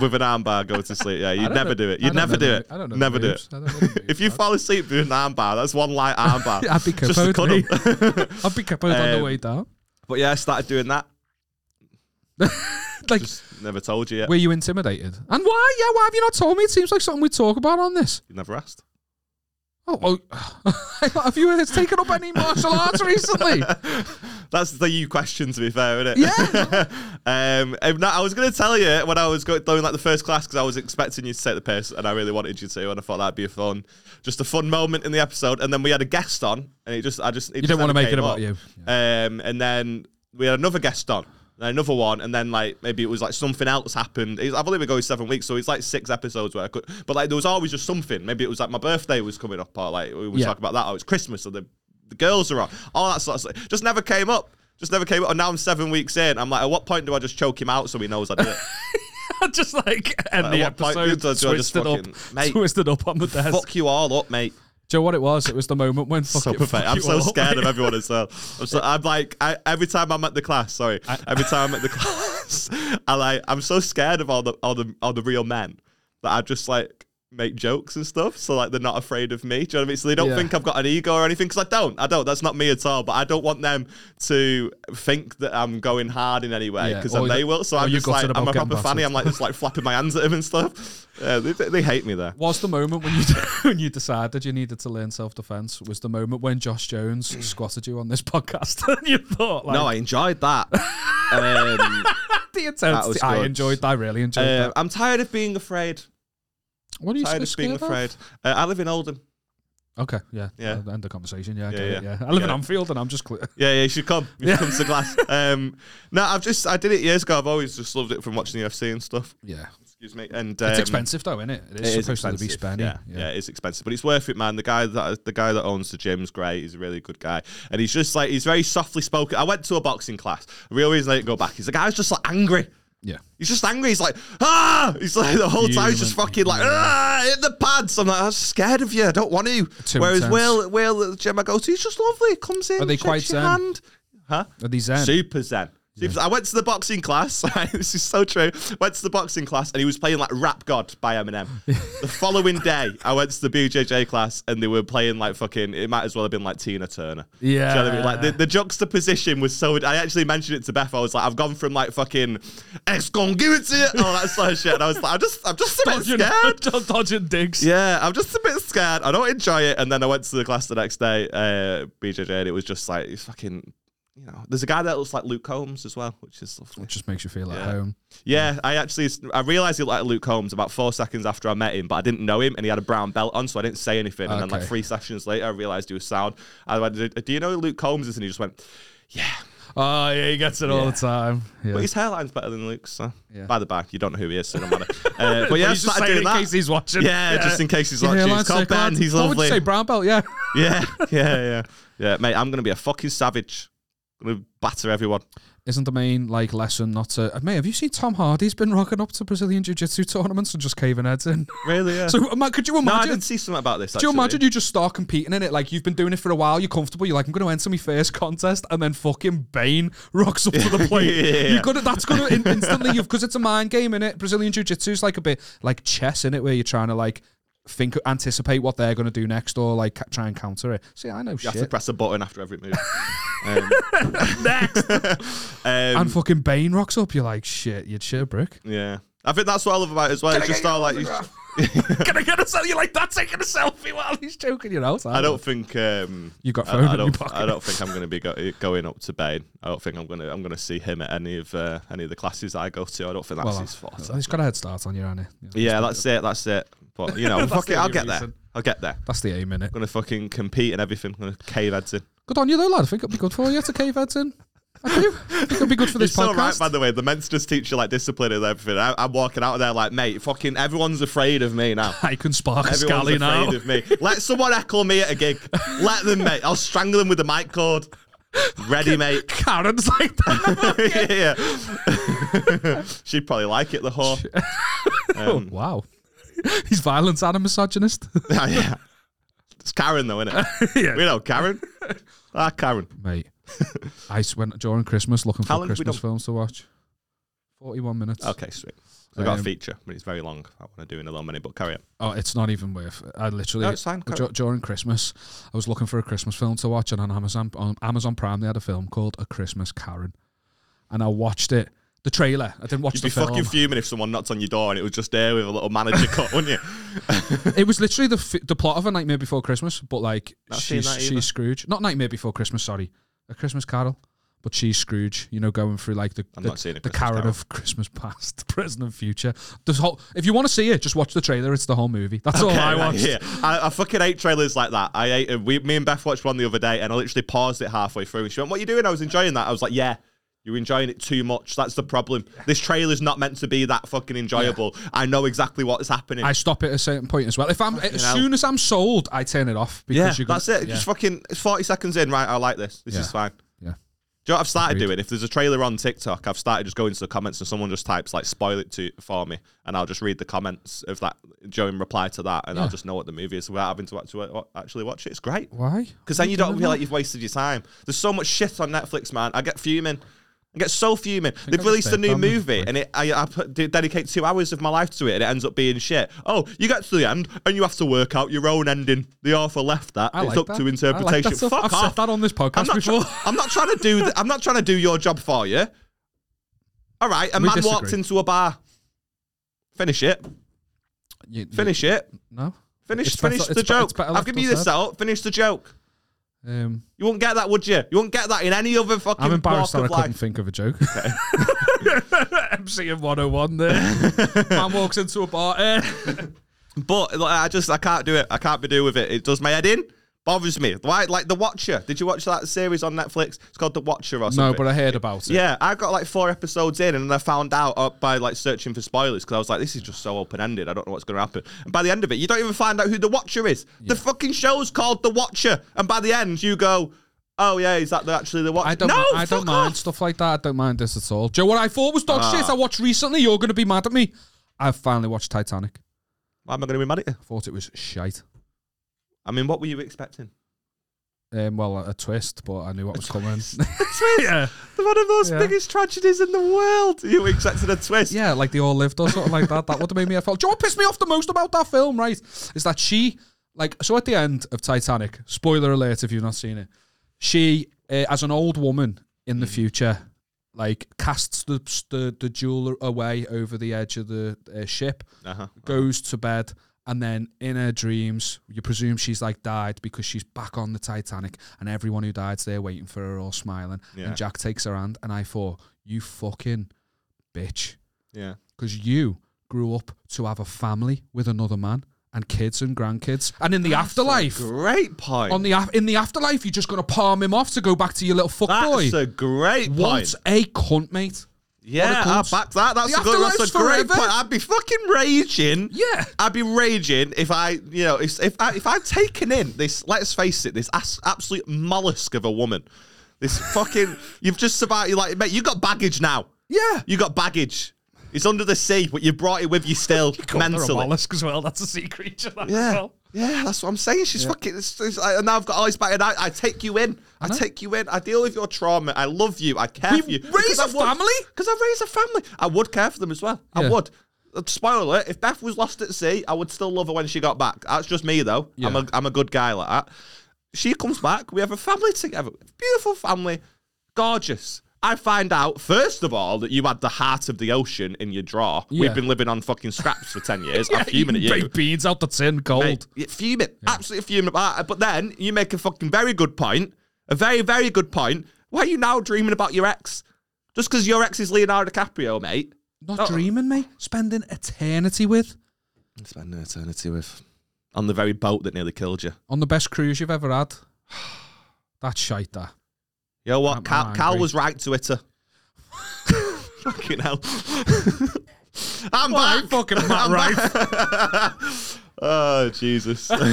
Speaker 1: with an armbar, go to sleep. Yeah,
Speaker 2: I
Speaker 1: you'd
Speaker 2: don't
Speaker 1: never
Speaker 2: know-
Speaker 1: do it.
Speaker 2: I
Speaker 1: You'd
Speaker 2: don't
Speaker 1: never
Speaker 2: know
Speaker 1: do
Speaker 2: the-
Speaker 1: it.
Speaker 2: I don't know the
Speaker 1: Never do
Speaker 2: moves.
Speaker 1: it.
Speaker 2: I don't know the
Speaker 1: If you
Speaker 2: moves,
Speaker 1: fall asleep doing an armbar, that's one light armbar.
Speaker 2: I'd be
Speaker 1: Just a
Speaker 2: capoed, me.
Speaker 1: cuddle.
Speaker 2: I'll be capoed on the
Speaker 1: Um,
Speaker 2: way down.
Speaker 1: But yeah, I started doing that.
Speaker 2: Like,
Speaker 1: Just never told you yet.
Speaker 2: were you intimidated? And why? Yeah, why have you not told me? It seems like something we talk about on this.
Speaker 1: You never asked.
Speaker 2: Oh, oh. have you taken up any martial arts recently?
Speaker 1: That's the you question, to be fair, isn't it?
Speaker 2: Yeah.
Speaker 1: um, and no, I was going to tell you when I was go- doing like the first class because I was expecting you to take the piss, and I really wanted you to, and I thought that'd be a fun, just a fun moment in the episode. And then we had a guest on, and it just, I just, it you
Speaker 2: didn't wanna make it about you.
Speaker 1: Um, and then we had another guest on. and Another one, and then like maybe it was like something else happened. It's- I've only been going seven weeks, so it's like six episodes where I could, but like there was always just something. Maybe it was like my birthday was coming up, or like we were
Speaker 2: Yeah.
Speaker 1: talking about that, or it's Christmas, or the, the girls are on, all that sort of stuff. Just never came up. Just never came up. And now I'm seven weeks in. I'm like, at what point do I just choke him out so he knows I did it?
Speaker 2: just like end
Speaker 1: At
Speaker 2: the
Speaker 1: Uh, what point
Speaker 2: episode,
Speaker 1: do I- do I just
Speaker 2: twisted up,
Speaker 1: fucking- Mate.
Speaker 2: twisted up on the desk.
Speaker 1: Fuck you all up, mate.
Speaker 2: Joe, what it was? It was the moment when fuck
Speaker 1: so
Speaker 2: it,
Speaker 1: pathetic.
Speaker 2: fuck
Speaker 1: I'm
Speaker 2: you
Speaker 1: so
Speaker 2: all.
Speaker 1: scared of everyone as well. I'm, so, I'm like, I, every time I'm at the class, sorry, every time I'm at the class, I like, I'm so scared of all the all the all the real men that I just like make jokes and stuff. So like, they're not afraid of me. Do you know what I mean? So they don't
Speaker 2: Yeah.
Speaker 1: think I've got an ego or anything because I don't. I don't. That's not me at all. But I don't want them to think that I'm going hard in any way
Speaker 2: Yeah,
Speaker 1: because
Speaker 2: or
Speaker 1: then they
Speaker 2: you-
Speaker 1: will. So
Speaker 2: or
Speaker 1: I'm
Speaker 2: you
Speaker 1: just
Speaker 2: gutted
Speaker 1: like, I'm
Speaker 2: about
Speaker 1: a
Speaker 2: getting
Speaker 1: proper fanny.
Speaker 2: battered.
Speaker 1: I'm like just like flapping my hands at him and stuff. Yeah, they, they, they hate me there.
Speaker 2: Was the moment when you when you decided you needed to learn self defense? Was the moment when Josh Jones squatted you on this podcast and you thought like
Speaker 1: No, I enjoyed that. um,
Speaker 2: the intensity?
Speaker 1: was
Speaker 2: I
Speaker 1: good.
Speaker 2: enjoyed. I really enjoyed.
Speaker 1: Uh,
Speaker 2: that.
Speaker 1: I'm tired of being afraid.
Speaker 2: What are you
Speaker 1: Tired
Speaker 2: so
Speaker 1: of being
Speaker 2: scared of?
Speaker 1: afraid. Uh, I live in Oldham.
Speaker 2: Okay, yeah,
Speaker 1: Yeah.
Speaker 2: uh, end the conversation. Yeah, I
Speaker 1: Yeah,
Speaker 2: get it,
Speaker 1: yeah.
Speaker 2: yeah. I live in
Speaker 1: Yeah.
Speaker 2: Anfield and I'm just clear.
Speaker 1: Yeah, yeah, you should come. You should come to Glass. Um, no, I've just I did it years ago. I've always just loved it from watching the UFC and stuff.
Speaker 2: Yeah,
Speaker 1: Excuse me. And
Speaker 2: it's
Speaker 1: um,
Speaker 2: expensive though, isn't it? It
Speaker 1: It
Speaker 2: is
Speaker 1: is
Speaker 2: supposed to be
Speaker 1: expensive,
Speaker 2: spendy.
Speaker 1: Yeah, yeah. it is expensive, but it's worth it, man. The guy that the guy that owns the gym's great. He's a really good guy, and he's just like he's very softly spoken. I went to a boxing class. The real reason I didn't go back is the guy's just like angry.
Speaker 2: yeah.
Speaker 1: He's just angry. He's like, ah! He's like the whole time. He's just
Speaker 2: Fuming.
Speaker 1: fucking like, ah! Hit the pads. I'm like, I'm scared of you. I don't want you.
Speaker 2: Too
Speaker 1: Whereas
Speaker 2: intense.
Speaker 1: Will, Will, at the gym I go to, he's just lovely. Comes in.
Speaker 2: Are they
Speaker 1: shakes
Speaker 2: quite
Speaker 1: your
Speaker 2: zen?
Speaker 1: hand. Huh?
Speaker 2: Are these zen?
Speaker 1: Super zen. Super zen. I went to the boxing class. this is so true. Went to the boxing class and he was playing like Rap God by Eminem. the following day, I went to the BJJ class and they were playing like fucking. It might as well have been like Tina Turner. Do you know what I mean? Like the,
Speaker 2: Yeah.
Speaker 1: the juxtaposition was so. I actually mentioned it to Beth. I was like, I've gone from like fucking it's gonna give it to you, all that sort of shit. And I was like, I'm just, I'm just a bit
Speaker 2: Dodging,
Speaker 1: scared.
Speaker 2: dodging digs.
Speaker 1: Yeah, I'm just a bit scared. I don't enjoy it. And then I went to the class the next day, uh, BJJ, and it was just like it's fucking. You know, there's a guy that looks like Luke Combs as well, which is lovely.
Speaker 2: It just makes you feel at
Speaker 1: Yeah.
Speaker 2: home.
Speaker 1: Yeah, I actually I realized he looked like Luke Combs about four seconds after I met him, but I didn't know him, and he had a brown belt on, so I didn't say anything. And then like
Speaker 2: Okay.
Speaker 1: three sessions later, I realized he was sound. I went, "Do- "Do you know who Luke Combs is?" And he just went, "Yeah."
Speaker 2: Oh yeah, he gets it all the time. Yeah.
Speaker 1: But his hairline's better than Luke's. So.
Speaker 2: Yeah.
Speaker 1: By the by, you don't know who he is, so it don't matter. uh, but yeah, I
Speaker 2: he's just
Speaker 1: started
Speaker 2: saying
Speaker 1: doing
Speaker 2: in
Speaker 1: that.
Speaker 2: case he's watching.
Speaker 1: yeah, just in case he's
Speaker 2: Yeah,
Speaker 1: watching.
Speaker 2: line
Speaker 1: He's called
Speaker 2: sick, line.
Speaker 1: Ben. He's
Speaker 2: What would you say,
Speaker 1: lovely.
Speaker 2: brown belt? Yeah.
Speaker 1: Yeah, yeah, yeah, yeah, mate. I'm gonna be a fucking savage. gonna batter everyone.
Speaker 2: Isn't the main like lesson not to? Uh, mate, have you seen Tom Hardy's been rocking up to Brazilian jiu-jitsu tournaments and just caving heads in?
Speaker 1: Really? Yeah.
Speaker 2: so, man, could you
Speaker 1: no, I
Speaker 2: imagine?
Speaker 1: did see something about this.
Speaker 2: do you imagine you just start competing in it? Like you've been doing it for a while, you're comfortable. You're like, I'm going to enter my first contest, and then fucking Bane rocks up to the plate.
Speaker 1: Yeah.
Speaker 2: You're gonna that's gonna in- instantly you've because it's a mind game in it. Brazilian jiu jitsu is like a bit like chess in it, where you're trying to like think anticipate what they're gonna do next or like ca- try and counter it. See, I know
Speaker 1: You
Speaker 2: shit.
Speaker 1: have to press a button after every move. um, Next.
Speaker 2: and fucking Bane rocks up. You're like, shit, you'd shit a brick.
Speaker 1: yeah, I think that's what I love about it as well. It's just all like you-
Speaker 2: Can I get a selfie? You're like that taking a selfie while he's choking you out.
Speaker 1: I don't think um,
Speaker 2: You got
Speaker 1: I- I,
Speaker 2: phone in your
Speaker 1: don't,
Speaker 2: pocket.
Speaker 1: I don't think I'm going to be go- going up to Bane. I don't think I'm going to. I'm going to see him at any of uh, any of the classes I go to. I don't think that's
Speaker 2: Well,
Speaker 1: his fault.
Speaker 2: he's got a head start on you, hasn't he? Yeah.
Speaker 1: Yeah, that's it. That's it. But you know, fuck
Speaker 2: the
Speaker 1: it. I'll
Speaker 2: only
Speaker 1: get there.
Speaker 2: reason.
Speaker 1: I'll get there. I'm
Speaker 2: That's the aim in it.
Speaker 1: gonna fucking compete and everything. I'm gonna cave heads in.
Speaker 2: Good on you though, lad. I think it'd be good for you to cave heads in. I do. I think it'd be good for this
Speaker 1: It's all
Speaker 2: podcast.
Speaker 1: right, by the way. The Mensters teach you like discipline and everything. I, I'm walking out of there like, mate, fucking everyone's afraid of me now.
Speaker 2: I can spark
Speaker 1: Everyone's
Speaker 2: Scally
Speaker 1: afraid
Speaker 2: now.
Speaker 1: of me. Let someone heckle me at a gig. Let them, mate. I'll strangle them with the mic cord. Ready, mate.
Speaker 2: Karen's like that.
Speaker 1: yeah. She'd probably like it, the whore. Um,
Speaker 2: wow. He's violent and a misogynist.
Speaker 1: yeah. It's Karen, though, isn't it?
Speaker 2: yeah.
Speaker 1: We know Karen. Ah, Karen.
Speaker 2: Mate, I s- went during Christmas looking
Speaker 1: How
Speaker 2: for
Speaker 1: long have we
Speaker 2: Christmas
Speaker 1: done?
Speaker 2: films to watch. 41 minutes.
Speaker 1: Okay, sweet. So I've got a
Speaker 2: Um,
Speaker 1: feature, but it's very long. I want to do in a long minute, but carry on.
Speaker 2: Oh, it's not even worth it. I literally.
Speaker 1: No, it's fine, carry
Speaker 2: dur-
Speaker 1: on.
Speaker 2: during Christmas, I was looking for a Christmas film to watch, and on Amazon, on Amazon Prime, they had a film called A Christmas Karen. And I watched it, the trailer. I didn't watch
Speaker 1: You'd
Speaker 2: the
Speaker 1: be
Speaker 2: film.
Speaker 1: fucking fuming if someone knocked on your door and it was just there with a little manager cut, wouldn't you?
Speaker 2: It was literally the f- the plot of a Nightmare Before Christmas, but like
Speaker 1: Not seen
Speaker 2: she's
Speaker 1: that either.
Speaker 2: she's Scrooge. Not Nightmare Before Christmas, sorry, a Christmas Carol, but she's Scrooge. You know, going through like the
Speaker 1: I'm
Speaker 2: the,
Speaker 1: not seeing a
Speaker 2: the
Speaker 1: Christmas
Speaker 2: carrot
Speaker 1: Carol.
Speaker 2: of Christmas past, present, and future. The whole. If you want to see it, just watch the trailer. It's the whole movie. That's all I
Speaker 1: Yeah,
Speaker 2: watched.
Speaker 1: Yeah, I, I fucking hate trailers like that. I hate, uh, we, me and Beth watched one the other day, and I literally paused it halfway through. And she went, "What are you doing?" I was enjoying that. I was like, "Yeah." You're enjoying it too much. That's the problem. This trailer's not meant to be that fucking enjoyable. I know exactly what's happening.
Speaker 2: I stop at a certain point as well. If I'm as
Speaker 1: hell.
Speaker 2: soon as I'm sold, I turn it off because
Speaker 1: yeah,
Speaker 2: you're gonna,
Speaker 1: that's it. Just fucking. It's forty seconds in, right? I like this. This is
Speaker 2: Yeah.
Speaker 1: fine. Do
Speaker 2: yeah.
Speaker 1: you know what I've started
Speaker 2: Agreed.
Speaker 1: doing? If there's a trailer on TikTok, I've started just going to the comments and someone just types like "spoil it to for me," and I'll just read the comments of that Joe in reply to that, and I'll
Speaker 2: Yeah.
Speaker 1: just know what the movie is without having to actually actually watch it. It's great.
Speaker 2: Why?
Speaker 1: Because then you don't feel like you've wasted your time. There's so much shit on Netflix, man. I get fuming. I get so fuming. They've
Speaker 2: I
Speaker 1: released a
Speaker 2: stayed
Speaker 1: new
Speaker 2: down with
Speaker 1: movie, and it, I, I put, de- dedicate two hours of my life to it, and it ends up being shit. Oh, you get to the end, and you have to work out your own ending. The author left that.
Speaker 2: I
Speaker 1: it's
Speaker 2: like
Speaker 1: up
Speaker 2: that. I
Speaker 1: to
Speaker 2: like
Speaker 1: interpretation.
Speaker 2: that stuff.
Speaker 1: Fuck
Speaker 2: I've
Speaker 1: off.
Speaker 2: said that on this podcast
Speaker 1: I'm not, try-
Speaker 2: before.
Speaker 1: I'm not trying to do. Th- I'm not trying to do your job for you. All right, a
Speaker 2: We
Speaker 1: man
Speaker 2: disagree.
Speaker 1: walked into a bar. Finish it.
Speaker 2: You- you-
Speaker 1: Finish it.
Speaker 2: No.
Speaker 1: Finish.
Speaker 2: It's better-
Speaker 1: finish
Speaker 2: it's
Speaker 1: the
Speaker 2: be- it's
Speaker 1: joke.
Speaker 2: better
Speaker 1: I've
Speaker 2: left
Speaker 1: given you this
Speaker 2: unsaid.
Speaker 1: out. Finish the joke.
Speaker 2: Um,
Speaker 1: You wouldn't get that, would you? You wouldn't get that in any other fucking.
Speaker 2: I'm embarrassed that
Speaker 1: walk
Speaker 2: I
Speaker 1: of
Speaker 2: couldn't
Speaker 1: life.
Speaker 2: think of a joke. MC in 101 there. Man walks into a bar. eh.
Speaker 1: But like, I just I can't do it. I can't be do with it. It does my head in. Bothers me. Why? Like the Watcher. Did you watch that series on Netflix? It's called The Watcher or something.
Speaker 2: no, but I heard about it.
Speaker 1: Yeah, I got like four episodes in, and then I found out uh, by like searching for spoilers because I was like, "This is just so open ended. I don't know what's going to happen." And by the end of it, you don't even find out who the Watcher is. The fucking show's called The Watcher, and by the end, you go, "Oh yeah, is that the, actually the Watcher?"
Speaker 2: I don't,
Speaker 1: no,
Speaker 2: I
Speaker 1: fuck
Speaker 2: don't mind
Speaker 1: off.
Speaker 2: stuff like that. I don't mind this at all. Joe, what I thought was dog
Speaker 1: Ah.
Speaker 2: shit I watched recently, you're going to be mad at me. I finally watched Titanic.
Speaker 1: Why am I going to be mad at you?
Speaker 2: I thought it was shite.
Speaker 1: I mean, what were you expecting?
Speaker 2: Um, well, a, a twist, but I knew what was coming.
Speaker 1: yeah, one of those
Speaker 2: Yeah.
Speaker 1: biggest tragedies in the world. You were expecting a twist.
Speaker 2: Yeah, like they all lived or something like that. That would have made me. I felt. Do you know what pissed me off the most about that film? Right, is that she like so at the end of Titanic. Spoiler alert if you've not seen it. She, uh, as an old woman in the future, like casts the the, the jeweler away over the edge of the uh, ship,
Speaker 1: Uh-huh.
Speaker 2: goes to bed. And then in her dreams, you presume she's like died because she's back on the Titanic, and everyone who died's there waiting for her, all smiling.
Speaker 1: Yeah.
Speaker 2: And Jack takes her hand, and I thought, "You fucking bitch!"
Speaker 1: yeah.
Speaker 2: because you grew up to have a family with another man and kids and grandkids, and in the afterlife,
Speaker 1: Great point.
Speaker 2: on the af- in the afterlife, you're just gonna palm him off to go back to your little fuck
Speaker 1: That's
Speaker 2: boy.
Speaker 1: a great point.
Speaker 2: What a cunt, mate!
Speaker 1: Yeah,
Speaker 2: What a
Speaker 1: I
Speaker 2: cunt.
Speaker 1: back that. That's
Speaker 2: The
Speaker 1: a good. That's
Speaker 2: afterlife's
Speaker 1: a great
Speaker 2: forever.
Speaker 1: point. I'd be fucking raging.
Speaker 2: Yeah.
Speaker 1: I'd be raging if I, you know, if if I, if I'd taken in this. Let's face it, this as, absolute mollusk of a woman. This fucking. you've just about. You're like, mate. You got baggage now.
Speaker 2: Yeah.
Speaker 1: You got baggage. It's under the sea, but you brought it with you still mentally.
Speaker 2: as well. That's a sea creature.
Speaker 1: Yeah. Yeah, that's what I'm saying. She's fucking. It's, it's, I, and now I've got eyes back, and I, I take you in. I, take you in. I deal with your trauma. I love you. I care
Speaker 2: We
Speaker 1: for you.
Speaker 2: raise a family?
Speaker 1: Because I raise a family. I would care for them as well. I
Speaker 2: Yeah.
Speaker 1: would. Uh, Spoiler alert, if Beth was lost at sea, I would still love her when she got back. That's just me, though. I'm,
Speaker 2: Yeah.
Speaker 1: a, I'm a good guy like that. She comes back. We have a family together. Beautiful family. Gorgeous. I find out, first of all, that you had the heart of the ocean in your drawer.
Speaker 2: Yeah.
Speaker 1: We've been living on fucking scraps for 10 years. I'm fuming at you.
Speaker 2: Baked beans out the tin, cold.
Speaker 1: Mate, yeah, fuming, absolutely fuming about it. But then you make a fucking very good point, a very, very good point. Why are you now dreaming about your ex? Just because your ex is Leonardo DiCaprio, mate.
Speaker 2: Not
Speaker 1: Oh.
Speaker 2: dreaming, mate. Spending eternity with
Speaker 1: Spend an eternity with. On the very boat that nearly killed you.
Speaker 2: on the best cruise you've ever had. That's shite. That.
Speaker 1: You know what?
Speaker 2: I'm
Speaker 1: Cal, Cal
Speaker 2: angry.
Speaker 1: was right, Twitter. fucking hell. I'm
Speaker 2: Well,
Speaker 1: back.
Speaker 2: fucking Matt Rife.
Speaker 1: Oh, Jesus. Who?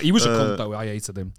Speaker 2: He was a
Speaker 1: Uh.
Speaker 2: cunt though. I hated him.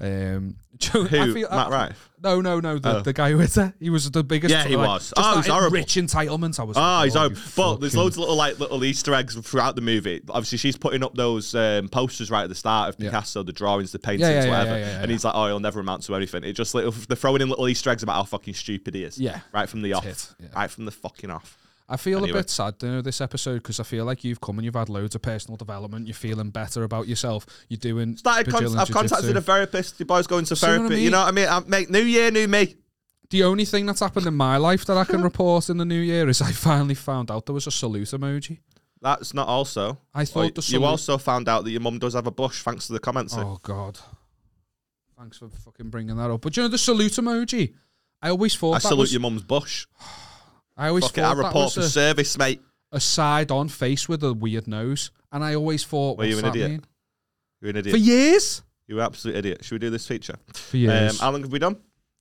Speaker 2: Um, Joe, I feel- I-
Speaker 1: Matt Rife?
Speaker 2: No, no, no. The,
Speaker 1: Oh.
Speaker 2: the guy who hit her. He was the biggest.
Speaker 1: Yeah, he
Speaker 2: like,
Speaker 1: was.
Speaker 2: just
Speaker 1: Oh,
Speaker 2: that
Speaker 1: he's horrible.
Speaker 2: Rich entitlement. I was.
Speaker 1: Ah,
Speaker 2: like,
Speaker 1: he's
Speaker 2: oh,
Speaker 1: home.
Speaker 2: you
Speaker 1: But there's
Speaker 2: fucking-
Speaker 1: loads of little like little Easter eggs throughout the movie. Obviously, she's putting up those um, posters right at the start of
Speaker 2: Yeah.
Speaker 1: Picasso, the drawings, the paintings,
Speaker 2: Yeah, yeah, yeah,
Speaker 1: whatever.
Speaker 2: yeah, yeah,
Speaker 1: and
Speaker 2: yeah.
Speaker 1: he's like, "Oh, he'll never amount to anything." It just little they're throwing in little Easter eggs about how fucking stupid he is.
Speaker 2: Yeah.
Speaker 1: right from the off,
Speaker 2: it, yeah.
Speaker 1: right from the fucking off.
Speaker 2: I feel
Speaker 1: Anyway.
Speaker 2: a bit sad you know, this episode because I feel like you've come and you've had loads of personal development. You're feeling better about yourself. You're doing.
Speaker 1: Started.
Speaker 2: Brazilian
Speaker 1: Con- I've contacted
Speaker 2: jiu-jitsu.
Speaker 1: a therapist. The boy's going to
Speaker 2: See what I
Speaker 1: therapy. You know what I mean? I, mate, new year, new me.
Speaker 2: The only thing that's happened in my life that I can report in the new year is I finally found out there was a salute emoji.
Speaker 1: That's not also.
Speaker 2: I thought
Speaker 1: Oh,
Speaker 2: the
Speaker 1: you
Speaker 2: salute-
Speaker 1: also found out that your mum does have a bush thanks to the comments.
Speaker 2: Oh God! Thanks for fucking bringing that up. But you know the salute emoji. I always thought
Speaker 1: I
Speaker 2: that
Speaker 1: salute
Speaker 2: was,
Speaker 1: your mum's bush.
Speaker 2: I always
Speaker 1: Fuck it,
Speaker 2: thought
Speaker 1: I
Speaker 2: that
Speaker 1: report
Speaker 2: was
Speaker 1: for
Speaker 2: a,
Speaker 1: service, mate.
Speaker 2: a side-on face with a weird nose, and I always thought,
Speaker 1: Were
Speaker 2: what's
Speaker 1: you an
Speaker 2: that
Speaker 1: idiot?
Speaker 2: mean?
Speaker 1: You're an idiot.
Speaker 2: For years.
Speaker 1: You're an absolute idiot. Should we do this feature?
Speaker 2: For years.
Speaker 1: how long have we done?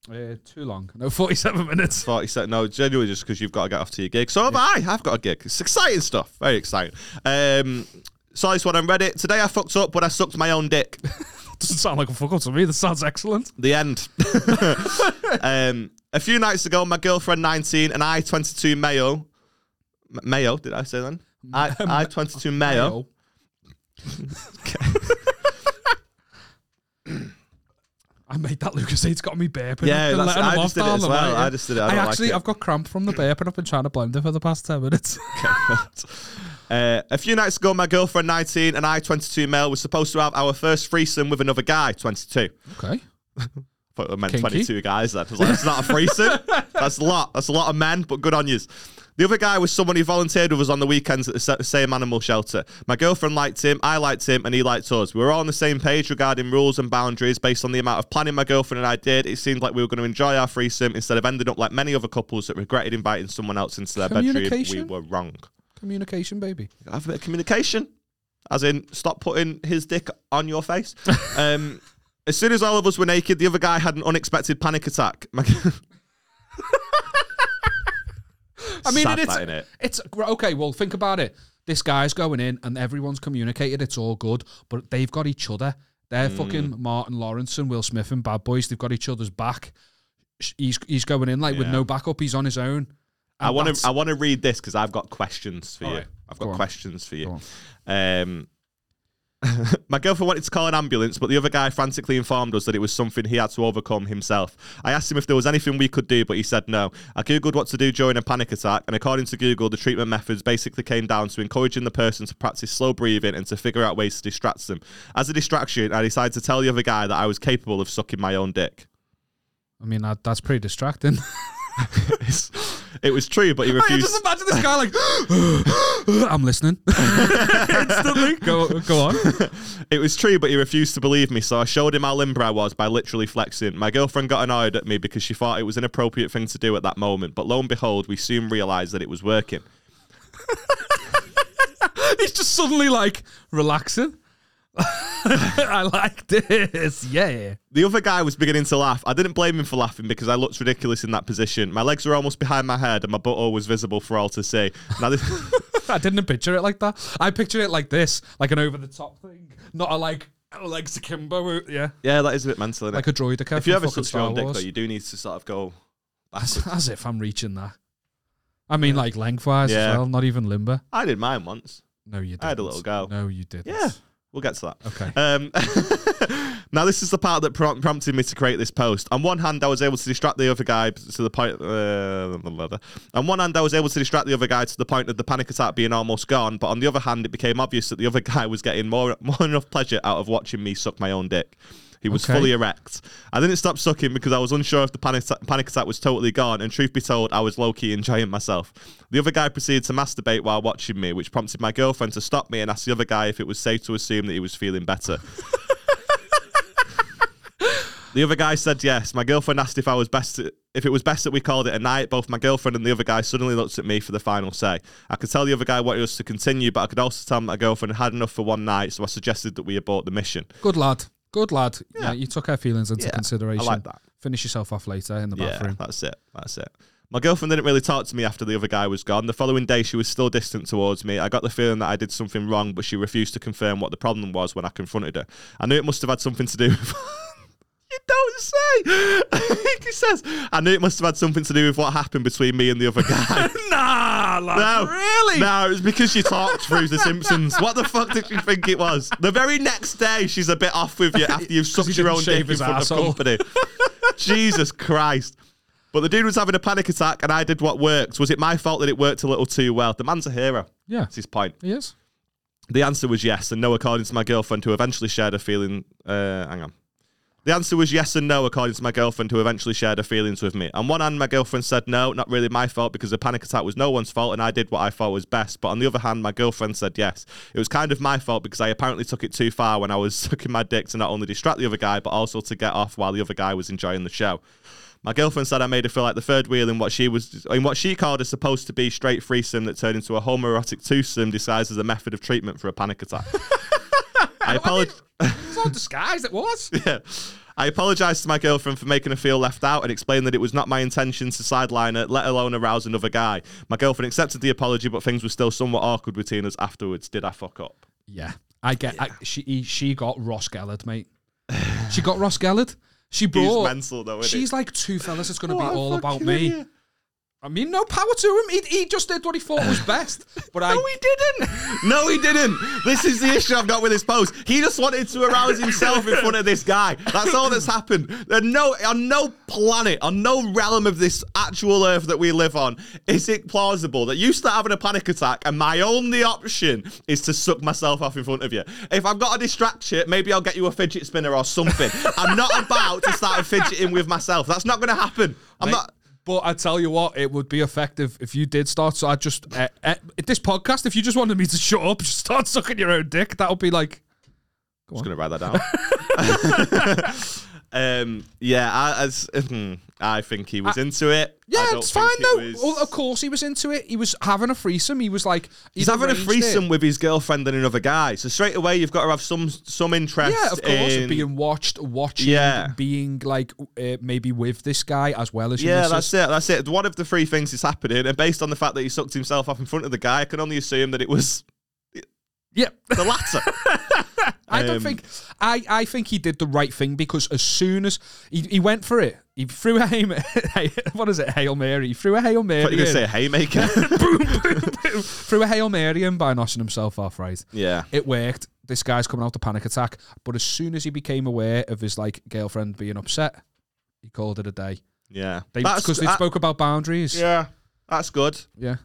Speaker 2: uh, too long. No, forty-seven minutes.
Speaker 1: 40 sec. No, genuinely just because you've got to get off to your gig. So have I. I've got a gig. It's exciting stuff. Very exciting. Um, saw this one on Reddit. Today I fucked up when I sucked my own dick.
Speaker 2: Doesn't sound like a fuck up to me. That sounds excellent.
Speaker 1: The end. um, a few nights ago, my girlfriend, 19, and I, 22, male. M- Mayo, did I say then? I, I 22 male.
Speaker 2: Oh, I made that Lucas It's got me burping.
Speaker 1: Yeah,
Speaker 2: I've been
Speaker 1: that's-
Speaker 2: letting
Speaker 1: I
Speaker 2: him
Speaker 1: just
Speaker 2: off
Speaker 1: did it
Speaker 2: down
Speaker 1: as
Speaker 2: the
Speaker 1: well.
Speaker 2: way.
Speaker 1: I just did it. I don't like
Speaker 2: actually,
Speaker 1: it.
Speaker 2: I've got cramp from the burp and I've been trying to blend it for the past ten minutes.
Speaker 1: Uh, a few nights ago, my girlfriend, 19, and I, 22 male, was supposed to have our first threesome with another guy, 22.
Speaker 2: okay.
Speaker 1: thought it meant
Speaker 2: Kinky.
Speaker 1: 22 guys then. I was like, that's not a threesome. that's a lot. That's a lot of men, but good on yous. The other guy was someone who volunteered with us on the weekends at the sa- same animal shelter. My girlfriend liked him, I liked him, and he liked us. We were all on the same page regarding rules and boundaries. Based on the amount of planning my girlfriend and I did, it seemed like we were going to enjoy our threesome instead of ending up like many other couples that regretted inviting someone else into their bedroom. We
Speaker 2: Communication?
Speaker 1: were wrong.
Speaker 2: Communication, baby.
Speaker 1: Have a bit of communication. As in, stop putting his dick on your face. Um, as soon as all of us were naked, the other guy had an unexpected panic attack. My-
Speaker 2: I mean,
Speaker 1: Sad
Speaker 2: and it's,
Speaker 1: that, innit?
Speaker 2: it's okay. Well, think about it. This guy's going in, and everyone's communicated. It's all good, but they've got each other. They're
Speaker 1: Hmm.
Speaker 2: fucking Martin Lawrence and Will Smith and Bad Boys. They've got each other's back. Sh- He's he's going in like with
Speaker 1: Yeah.
Speaker 2: no backup. He's on his own.
Speaker 1: I
Speaker 2: And
Speaker 1: want
Speaker 2: that's-
Speaker 1: to. I want to read this because I've got questions for you.
Speaker 2: right.
Speaker 1: I've
Speaker 2: Go
Speaker 1: got
Speaker 2: on.
Speaker 1: questions for you. Um, my girlfriend wanted to call an ambulance, but the other guy frantically informed us that it was something he had to overcome himself. I asked him if there was anything we could do, but he said no. I googled what to do during a panic attack, and according to Google, the treatment methods basically came down to encouraging the person to practice slow breathing and to figure out ways to distract them. As a distraction, I decided to tell the other guy that I was capable of sucking my own dick.
Speaker 2: I mean, that, that's pretty distracting.
Speaker 1: it was true, but he
Speaker 2: I
Speaker 1: refused.
Speaker 2: just imagine this guy like, I'm listening instantly. Go go on.
Speaker 1: It was true, but he refused to believe me, so I showed him how limber I was by literally flexing. My girlfriend got annoyed at me because she thought it was an appropriate thing to do at that moment, but lo and behold, we soon realised that it was working.
Speaker 2: He's just suddenly like relaxing. I like this. Yeah.
Speaker 1: The other guy was beginning to laugh. I didn't blame him for laughing because I looked ridiculous in that position. My legs were almost behind my head and my butthole was visible for all to see. Now this,
Speaker 2: I didn't picture it like that. I pictured it like this, like an over the top thing, not a like legs akimbo. Yeah,
Speaker 1: yeah, that is a bit mental, innit?
Speaker 2: like a droid.
Speaker 1: if you ever suck your own dick, though, you do need to sort of go. backwards.
Speaker 2: as if I'm reaching that. I mean, like lengthwise
Speaker 1: Yeah.
Speaker 2: as well, not even limber.
Speaker 1: I did mine once.
Speaker 2: No, you didn't.
Speaker 1: I had a little go.
Speaker 2: No, you didn't.
Speaker 1: Yeah, we'll get to that.
Speaker 2: Okay.
Speaker 1: Um, now, this is the part that prom- prompted me to create this post. On one hand, I was able to distract the other guy to the point. Uh, blah, blah, blah. on one hand, I was able to distract the other guy to the point of the panic attack being almost gone. But on the other hand, it became obvious that the other guy was getting more more than enough pleasure out of watching me suck my own dick. He was
Speaker 2: Okay.
Speaker 1: fully erect. I didn't stop sucking because I was unsure if the panic, panic attack was totally gone, and truth be told, I was low key enjoying myself. The other guy proceeded to masturbate while watching me, which prompted my girlfriend to stop me and ask the other guy if it was safe to assume that he was feeling better. the other guy said yes. My girlfriend asked if I was best if it was best that we called it a night. Both my girlfriend and the other guy suddenly looked at me for the final say. I could tell the other guy what it was to continue, but I could also tell my girlfriend had enough for one night, so I suggested that we abort the mission.
Speaker 2: Good lad. Good lad. Yeah, you took her feelings into
Speaker 1: Yeah, I
Speaker 2: consideration.
Speaker 1: like that.
Speaker 2: Finish yourself off later in the bathroom.
Speaker 1: Yeah, that's it. That's it. My girlfriend didn't really talk to me after the other guy was gone. The following day, she was still distant towards me. I got the feeling that I did something wrong, but she refused to confirm what the problem was when I confronted her. I knew it must have had something to do with. you don't say! he says, I knew it must have had something to do with what happened between me and the other guy. Ah,
Speaker 2: Nah, lad.
Speaker 1: No, No, it was because you talked through The Simpsons. What the fuck did you think it was? The very next day, she's a bit off with you after you've
Speaker 2: he
Speaker 1: sucked your
Speaker 2: didn't
Speaker 1: own
Speaker 2: shave
Speaker 1: dick in
Speaker 2: his
Speaker 1: front
Speaker 2: arsehole.
Speaker 1: of company. Jesus Christ. But the dude was having a panic attack, and I did what worked. Was it my fault that it worked a little too well? The man's a hero.
Speaker 2: Yeah.
Speaker 1: That's his point.
Speaker 2: He is.
Speaker 1: The answer was yes, and no, according to my girlfriend, who eventually shared a feeling. Uh, hang on. The answer was yes and no, according to my girlfriend, who eventually shared her feelings with me. On one hand, my girlfriend said no, not really my fault because the panic attack was no one's fault and I did what I thought was best. But on the other hand, my girlfriend said yes. It was kind of my fault because I apparently took it too far when I was sucking my dick to not only distract the other guy, but also to get off while the other guy was enjoying the show. My girlfriend said I made her feel like the third wheel in what she was in what she called a supposed to be straight threesome that turned into a homoerotic twosome disguised as a method of treatment for a panic attack. I apologize.
Speaker 2: It's all disguised, it was.
Speaker 1: Yeah. I apologised to my girlfriend for making her feel left out and explained that it was not my intention to sideline her, let alone arouse another guy. My girlfriend accepted the apology, but things were still somewhat awkward between us afterwards. Did I fuck up?
Speaker 2: Yeah, I get. I, she he- she got Ross Gellard, mate. she got Ross Gellard. She brought.
Speaker 1: mental though, isn't he?
Speaker 2: she's like two fellas. It's going to be
Speaker 1: What a
Speaker 2: all about
Speaker 1: fucking
Speaker 2: me.
Speaker 1: idiot.
Speaker 2: I mean, no power to him. He, he just did what he thought was best. But I
Speaker 1: No, he didn't. No, he didn't. This is the issue I've got with this post. He just wanted to arouse himself in front of this guy. That's all that's happened. There's no, on no planet, on no realm of this actual earth that we live on, is it plausible that you start having a panic attack and my only option is to suck myself off in front of you? If I've got a distraction, maybe I'll get you a fidget spinner or something. I'm not about to start fidgeting with myself. That's not going to happen. I'm
Speaker 2: Mate,
Speaker 1: not.
Speaker 2: But I tell you what, it would be effective if you did start. So I just uh, uh, this podcast. If you just wanted me to shut up, just start sucking your own dick. That would be like
Speaker 1: just gonna write that down. um, yeah, I, as, hmm, I think he was into it. I
Speaker 2: yeah,
Speaker 1: don't
Speaker 2: it's
Speaker 1: think
Speaker 2: fine
Speaker 1: it
Speaker 2: though.
Speaker 1: was-
Speaker 2: Well, of course he was into it. He was having a threesome. He was like
Speaker 1: He's having a threesome with his girlfriend and another guy. So straight away, you've got to have some some interest.
Speaker 2: Yeah, of course,
Speaker 1: in-
Speaker 2: being watched, watching,
Speaker 1: Yeah.
Speaker 2: being like uh, maybe with this guy as well as
Speaker 1: Yeah,
Speaker 2: your
Speaker 1: that's
Speaker 2: missus.
Speaker 1: it. That's it. One of the three things is happening, and based on the fact that he sucked himself up in front of the guy, I can only assume that it was
Speaker 2: Yeah,
Speaker 1: the latter.
Speaker 2: I don't
Speaker 1: Um,
Speaker 2: think I, I think he did the right thing because as soon as he, he went for it, he threw a hail what is it Hail Mary? He threw a hail Mary.
Speaker 1: what are you gonna
Speaker 2: in.
Speaker 1: say, haymaker?
Speaker 2: boom, boom, boom. Threw a Hail Mary in by noshing himself off, right?
Speaker 1: yeah.
Speaker 2: It worked. This guy's coming out the panic attack. But as soon as he became aware of his like girlfriend being upset, he called it a day.
Speaker 1: Yeah. That's-
Speaker 2: Because they
Speaker 1: that-
Speaker 2: spoke about boundaries.
Speaker 1: Yeah. That's good.
Speaker 2: yeah.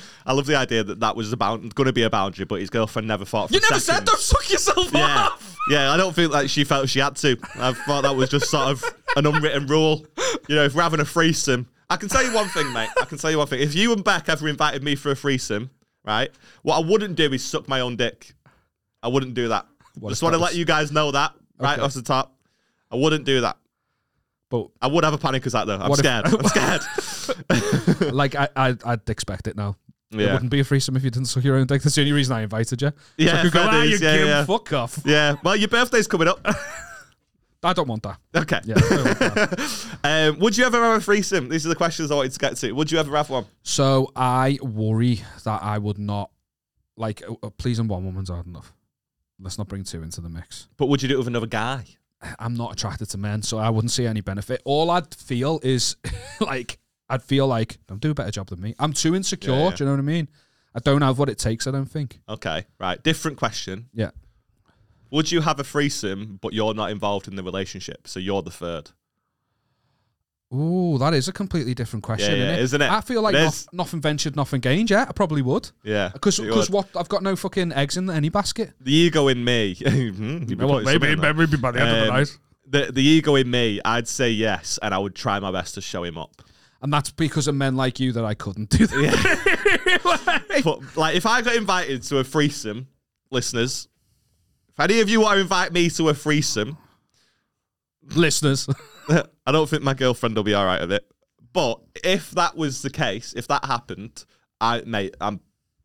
Speaker 1: I love the idea that that was about going to be a boundary, but his girlfriend never thought. For
Speaker 2: You
Speaker 1: a
Speaker 2: never
Speaker 1: second.
Speaker 2: said don't suck yourself
Speaker 1: Yeah,
Speaker 2: off.
Speaker 1: yeah. I don't feel like she felt she had to. I thought that was just sort of an unwritten rule. You know, if we're having a threesome, I can tell you one thing, mate. I can tell you one thing. If you and Beck ever invited me for a threesome, right? What I wouldn't do is suck my own dick. I wouldn't do that.
Speaker 2: What
Speaker 1: just
Speaker 2: if
Speaker 1: want to
Speaker 2: that
Speaker 1: let
Speaker 2: was-
Speaker 1: you guys know that right
Speaker 2: Okay.
Speaker 1: off the top. I wouldn't do that.
Speaker 2: But
Speaker 1: I would have a panic attack though. I'm
Speaker 2: What if-
Speaker 1: scared. I'm scared.
Speaker 2: like I, I I'd expect it now. It
Speaker 1: Yeah.
Speaker 2: wouldn't be a threesome if you didn't suck your own dick. That's the only reason I invited you.
Speaker 1: Yeah,
Speaker 2: I could go,
Speaker 1: fair
Speaker 2: ah,
Speaker 1: dues.
Speaker 2: you
Speaker 1: Yeah,
Speaker 2: Kim,
Speaker 1: yeah.
Speaker 2: fuck off.
Speaker 1: yeah. Well, your birthday's coming up.
Speaker 2: I don't want that.
Speaker 1: okay.
Speaker 2: Yeah, I don't want that.
Speaker 1: Um, would you ever have a threesome? These are the questions I wanted to get to. Would you ever have one?
Speaker 2: So I worry that I would not like uh, uh, pleasing one woman's hard enough. Let's not bring two into the mix.
Speaker 1: But would you do it with another guy?
Speaker 2: I'm not attracted to men, so I wouldn't see any benefit. All I'd feel is like I'd feel like I'm do a better job than me. I'm too insecure.
Speaker 1: Yeah, yeah.
Speaker 2: Do you know what I mean? I don't have what it takes. I don't think.
Speaker 1: Okay, right. Different question.
Speaker 2: Yeah.
Speaker 1: Would you have a threesome, but you're not involved in the relationship, so you're the third?
Speaker 2: Ooh, that is a completely different question,
Speaker 1: yeah,
Speaker 2: isn't, it?
Speaker 1: isn't it?
Speaker 2: I feel like
Speaker 1: It
Speaker 2: noth-
Speaker 1: is.
Speaker 2: nothing ventured, nothing gained. Yeah, I probably would.
Speaker 1: Yeah,
Speaker 2: Because
Speaker 1: you would.
Speaker 2: what I've got no fucking eggs in any basket.
Speaker 1: the ego in me. Hmm, you'd be putting something in there.
Speaker 2: by the
Speaker 1: Um, the the ego in me, I'd say yes, and I would try my best to show him up.
Speaker 2: And that's because of men like you that I couldn't do that.
Speaker 1: But like, if I got invited to a threesome, listeners, if any of you want to invite me to a threesome,
Speaker 2: Listeners.
Speaker 1: I don't think my girlfriend will be all right with it. But if that was the case, if that happened, I mate, I'm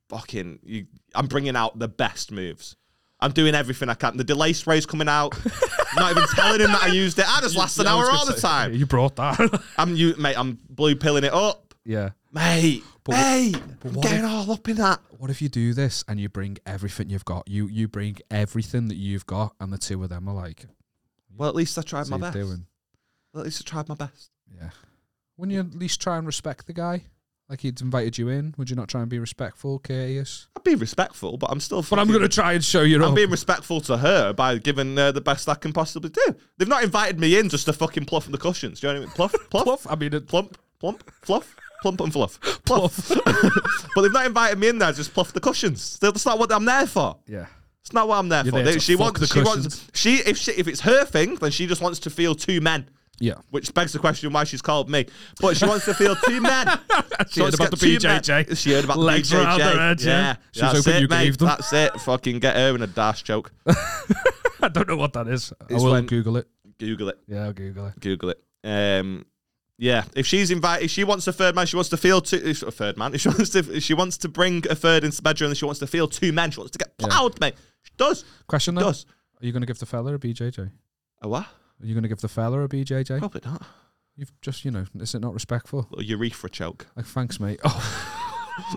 Speaker 1: fucking. You, I'm bringing out the best moves. I'm doing everything I can. The delay spray's coming out. I'm not even telling him that I used it. I just last an
Speaker 2: Yeah, I was
Speaker 1: hour
Speaker 2: gonna
Speaker 1: all the
Speaker 2: say,
Speaker 1: time.
Speaker 2: You brought that.
Speaker 1: I'm you, mate. I'm blue pilling it up,
Speaker 2: yeah.
Speaker 1: mate. mate, I'm
Speaker 2: what
Speaker 1: getting
Speaker 2: if-
Speaker 1: all up in that.
Speaker 2: What if you do this and you bring everything you've got? You you bring everything that you've got, and the two of them are like,
Speaker 1: Well, at least I tried
Speaker 2: "What's
Speaker 1: my
Speaker 2: he
Speaker 1: best.
Speaker 2: doing?"
Speaker 1: Well, at least I tried my best.
Speaker 2: Yeah. Wouldn't you at least try and respect the guy? Like he'd invited you in. Would you not try and be respectful, courteous?
Speaker 1: I'd be respectful, but I'm still.
Speaker 2: But I'm
Speaker 1: fucking-
Speaker 2: gonna try and show you.
Speaker 1: I'm
Speaker 2: up.
Speaker 1: being respectful to her by giving her the best I can possibly do. They've not invited me in just to fucking pluff the cushions. Do you know what I mean? Pluff, pluff,
Speaker 2: Fluff. I mean, it-
Speaker 1: plump, plump, fluff, plump and fluff. Pluff. but they've not invited me in there to just pluff the cushions. That's not what I'm there for.
Speaker 2: yeah.
Speaker 1: It's not what I'm there for.
Speaker 2: there to
Speaker 1: she
Speaker 2: fuck
Speaker 1: wants.
Speaker 2: the
Speaker 1: She wants.
Speaker 2: cushions.
Speaker 1: She if she if it's her thing, then she just wants to feel two men.
Speaker 2: Yeah.
Speaker 1: Which begs the question why she's called me. But she wants to feel two men.
Speaker 2: She
Speaker 1: wants
Speaker 2: heard
Speaker 1: to get
Speaker 2: about the
Speaker 1: two
Speaker 2: BJJ.
Speaker 1: men. She heard about
Speaker 2: Legs
Speaker 1: the
Speaker 2: were
Speaker 1: BJJ.
Speaker 2: out their heads, yeah. She was
Speaker 1: That's
Speaker 2: hoping
Speaker 1: it,
Speaker 2: you could
Speaker 1: mate.
Speaker 2: leave them.
Speaker 1: That's it. Fucking get her in a dash joke.
Speaker 2: I don't know what that is. I
Speaker 1: It's
Speaker 2: will
Speaker 1: when-
Speaker 2: Google it.
Speaker 1: Google it.
Speaker 2: Yeah, I'll Google it.
Speaker 1: Google it. Um, yeah, if she's invited, if she wants a third man, she wants to feel two. If, a third man, if she wants to, if she wants to bring a third into the bedroom, and she wants to feel two men. She wants to get plowed, mate. She does.
Speaker 2: Question
Speaker 1: She
Speaker 2: though: Are
Speaker 1: does.
Speaker 2: you going to give the fella a BJJ? Are
Speaker 1: A what?
Speaker 2: you going to give the fella a BJJ?
Speaker 1: Probably not.
Speaker 2: You've just, you know, is it not respectful?
Speaker 1: Little urethra choke.
Speaker 2: Like, thanks, mate. Oh.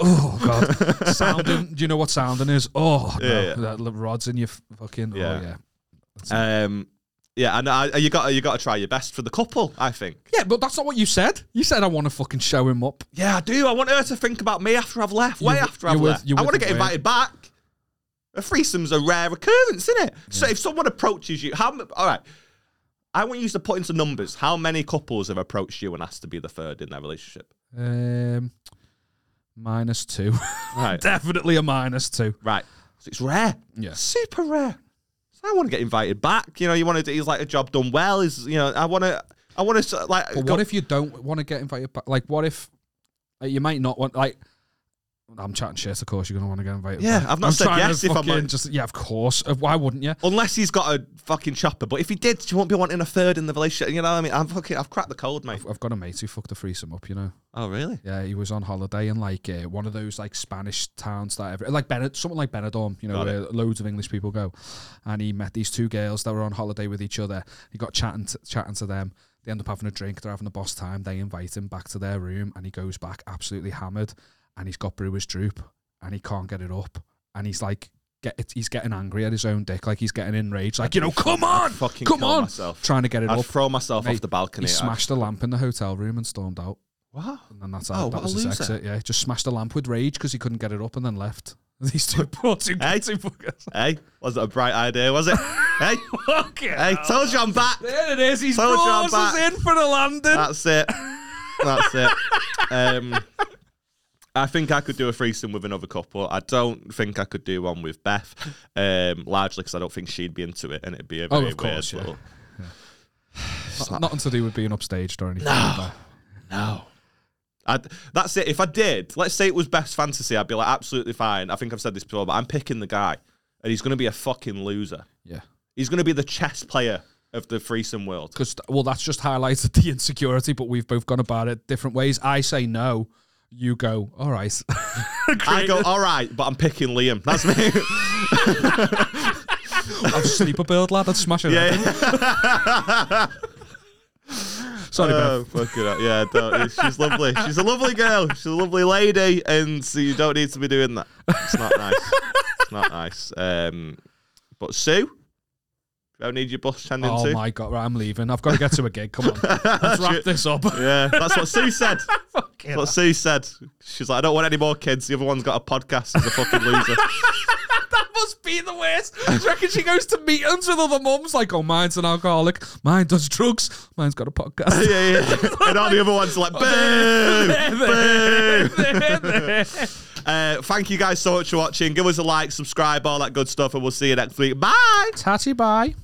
Speaker 2: oh God, sounding. Do you know what sounding is? Oh, no.
Speaker 1: Yeah, yeah.
Speaker 2: that little rod's in your f- fucking.
Speaker 1: Yeah.
Speaker 2: Oh yeah.
Speaker 1: Um, yeah, and I, you got you got to try your best for the couple. I think.
Speaker 2: Yeah, but that's not what you said. You said I want to fucking show him up.
Speaker 1: Yeah, I do. I want her to think about me after I've left, way
Speaker 2: You're-
Speaker 1: after I've
Speaker 2: you're with-
Speaker 1: left.
Speaker 2: you're
Speaker 1: I
Speaker 2: with
Speaker 1: want to
Speaker 2: the
Speaker 1: get
Speaker 2: word.
Speaker 1: invited back. A threesome's a rare occurrence, isn't it? So if someone approaches you, how? m- All right, I want you to put into numbers how many couples have approached you and asked to be the third in their relationship.
Speaker 2: Um, minus two.
Speaker 1: Right,
Speaker 2: Definitely a minus two.
Speaker 1: right. So it's rare.
Speaker 2: Yeah.
Speaker 1: super rare. So I want to get invited back. You know, you want to do. He's like a job done well. Is you know, I want to. I want to like.
Speaker 2: But
Speaker 1: go-
Speaker 2: what if you don't want to get invited back? Like, what if like, you might not want like. I'm chatting shit. Of course, you're gonna want to get invited.
Speaker 1: Yeah,
Speaker 2: back.
Speaker 1: I've not
Speaker 2: I'm
Speaker 1: said
Speaker 2: trying to
Speaker 1: yes if I'm
Speaker 2: fucking
Speaker 1: like-
Speaker 2: just. Yeah, of course. Uh, Why wouldn't you?
Speaker 1: Unless he's got a fucking chopper, but if he did, she won't be wanting a third in the relationship. You know what I mean? I'm fucking, I've cracked the code, mate.
Speaker 2: I've got a mate who fucked a threesome up. You know.
Speaker 1: Oh, really?
Speaker 2: Yeah, he was on holiday in like uh, one of those like Spanish towns that every, like Benid, something like Benidorm, you know,
Speaker 1: Got
Speaker 2: where loads of English people go. And he met these two girls that were on holiday with each other. He got chatting to, chatting to them. They end up having a drink. They're having a boss time. They invite him back to their room, and he goes back absolutely hammered. And he's got brewer's droop, and he can't get it up. And he's like, get it, he's getting angry at his own dick, like he's getting enraged, like you know, come on,
Speaker 1: fucking
Speaker 2: come
Speaker 1: kill
Speaker 2: on,
Speaker 1: myself.
Speaker 2: trying to get it
Speaker 1: I'd
Speaker 2: up.
Speaker 1: throw myself
Speaker 2: Mate,
Speaker 1: off the balcony.
Speaker 2: He smashed a lamp in the hotel room and stormed out.
Speaker 1: Wow.
Speaker 2: And then that's
Speaker 1: Oh,
Speaker 2: how
Speaker 1: what
Speaker 2: that
Speaker 1: a
Speaker 2: was his
Speaker 1: loser.
Speaker 2: exit. Yeah, just smashed a lamp with rage because he couldn't get it up and then left. These two poor two
Speaker 1: Hey.
Speaker 2: guilty fuckers.
Speaker 1: Hey, was it a bright idea? Was it? hey,
Speaker 2: Fucking
Speaker 1: hey,
Speaker 2: hell.
Speaker 1: told you I'm back.
Speaker 2: There it is. He's
Speaker 1: Told you
Speaker 2: brought
Speaker 1: I'm
Speaker 2: us
Speaker 1: back.
Speaker 2: in for the landing.
Speaker 1: That's it. That's it. Um, I think I could do a threesome with another couple. I don't think I could do one with Beth, um, largely because I don't think she'd be into it, and it'd be a
Speaker 2: Oh,
Speaker 1: very
Speaker 2: of course, yeah.
Speaker 1: weird little.
Speaker 2: Not- Nothing to do with being upstaged or anything.
Speaker 1: No. No. I'd, that's it. If I did, let's say it was best fantasy, I'd be like, absolutely fine. I think I've said this before, but I'm picking the guy, and he's going to be a fucking loser.
Speaker 2: Yeah.
Speaker 1: He's going to be the chess player of the threesome world.
Speaker 2: Because, well, that's just highlighted the insecurity, but we've both gone about it different ways. I say no. You go, all right.
Speaker 1: I go, all right, but I'm picking Liam. That's me.
Speaker 2: I'll just sleep a build, lad. I'd smash it.
Speaker 1: yeah.
Speaker 2: Sorry, Beth.
Speaker 1: Oh, fucking hell. Yeah, don't, she's lovely. She's a lovely girl. She's a lovely lady, and so you don't need to be doing that. It's not nice. It's not nice. Um, but Sue, don't need your bus tending
Speaker 2: Oh,
Speaker 1: to.
Speaker 2: my God. Right, I'm leaving. I've got to get to a gig. Come on. Let's wrap this up.
Speaker 1: Yeah, that's what Sue said.
Speaker 2: Fucking
Speaker 1: That's what Sue said. She's like, I don't want any more kids. The other one's got a podcast. He's a fucking loser.
Speaker 2: That must be the worst. Do you reckon she goes to meetings with other mums? Like, oh, mine's an alcoholic. Mine does drugs. Mine's got a podcast.
Speaker 1: yeah, yeah. And all the other ones are like, boo, boo. Uh, thank you guys so much for watching. Give us a like, subscribe, all that good stuff, and we'll see you next week. Bye.
Speaker 2: Tatty bye.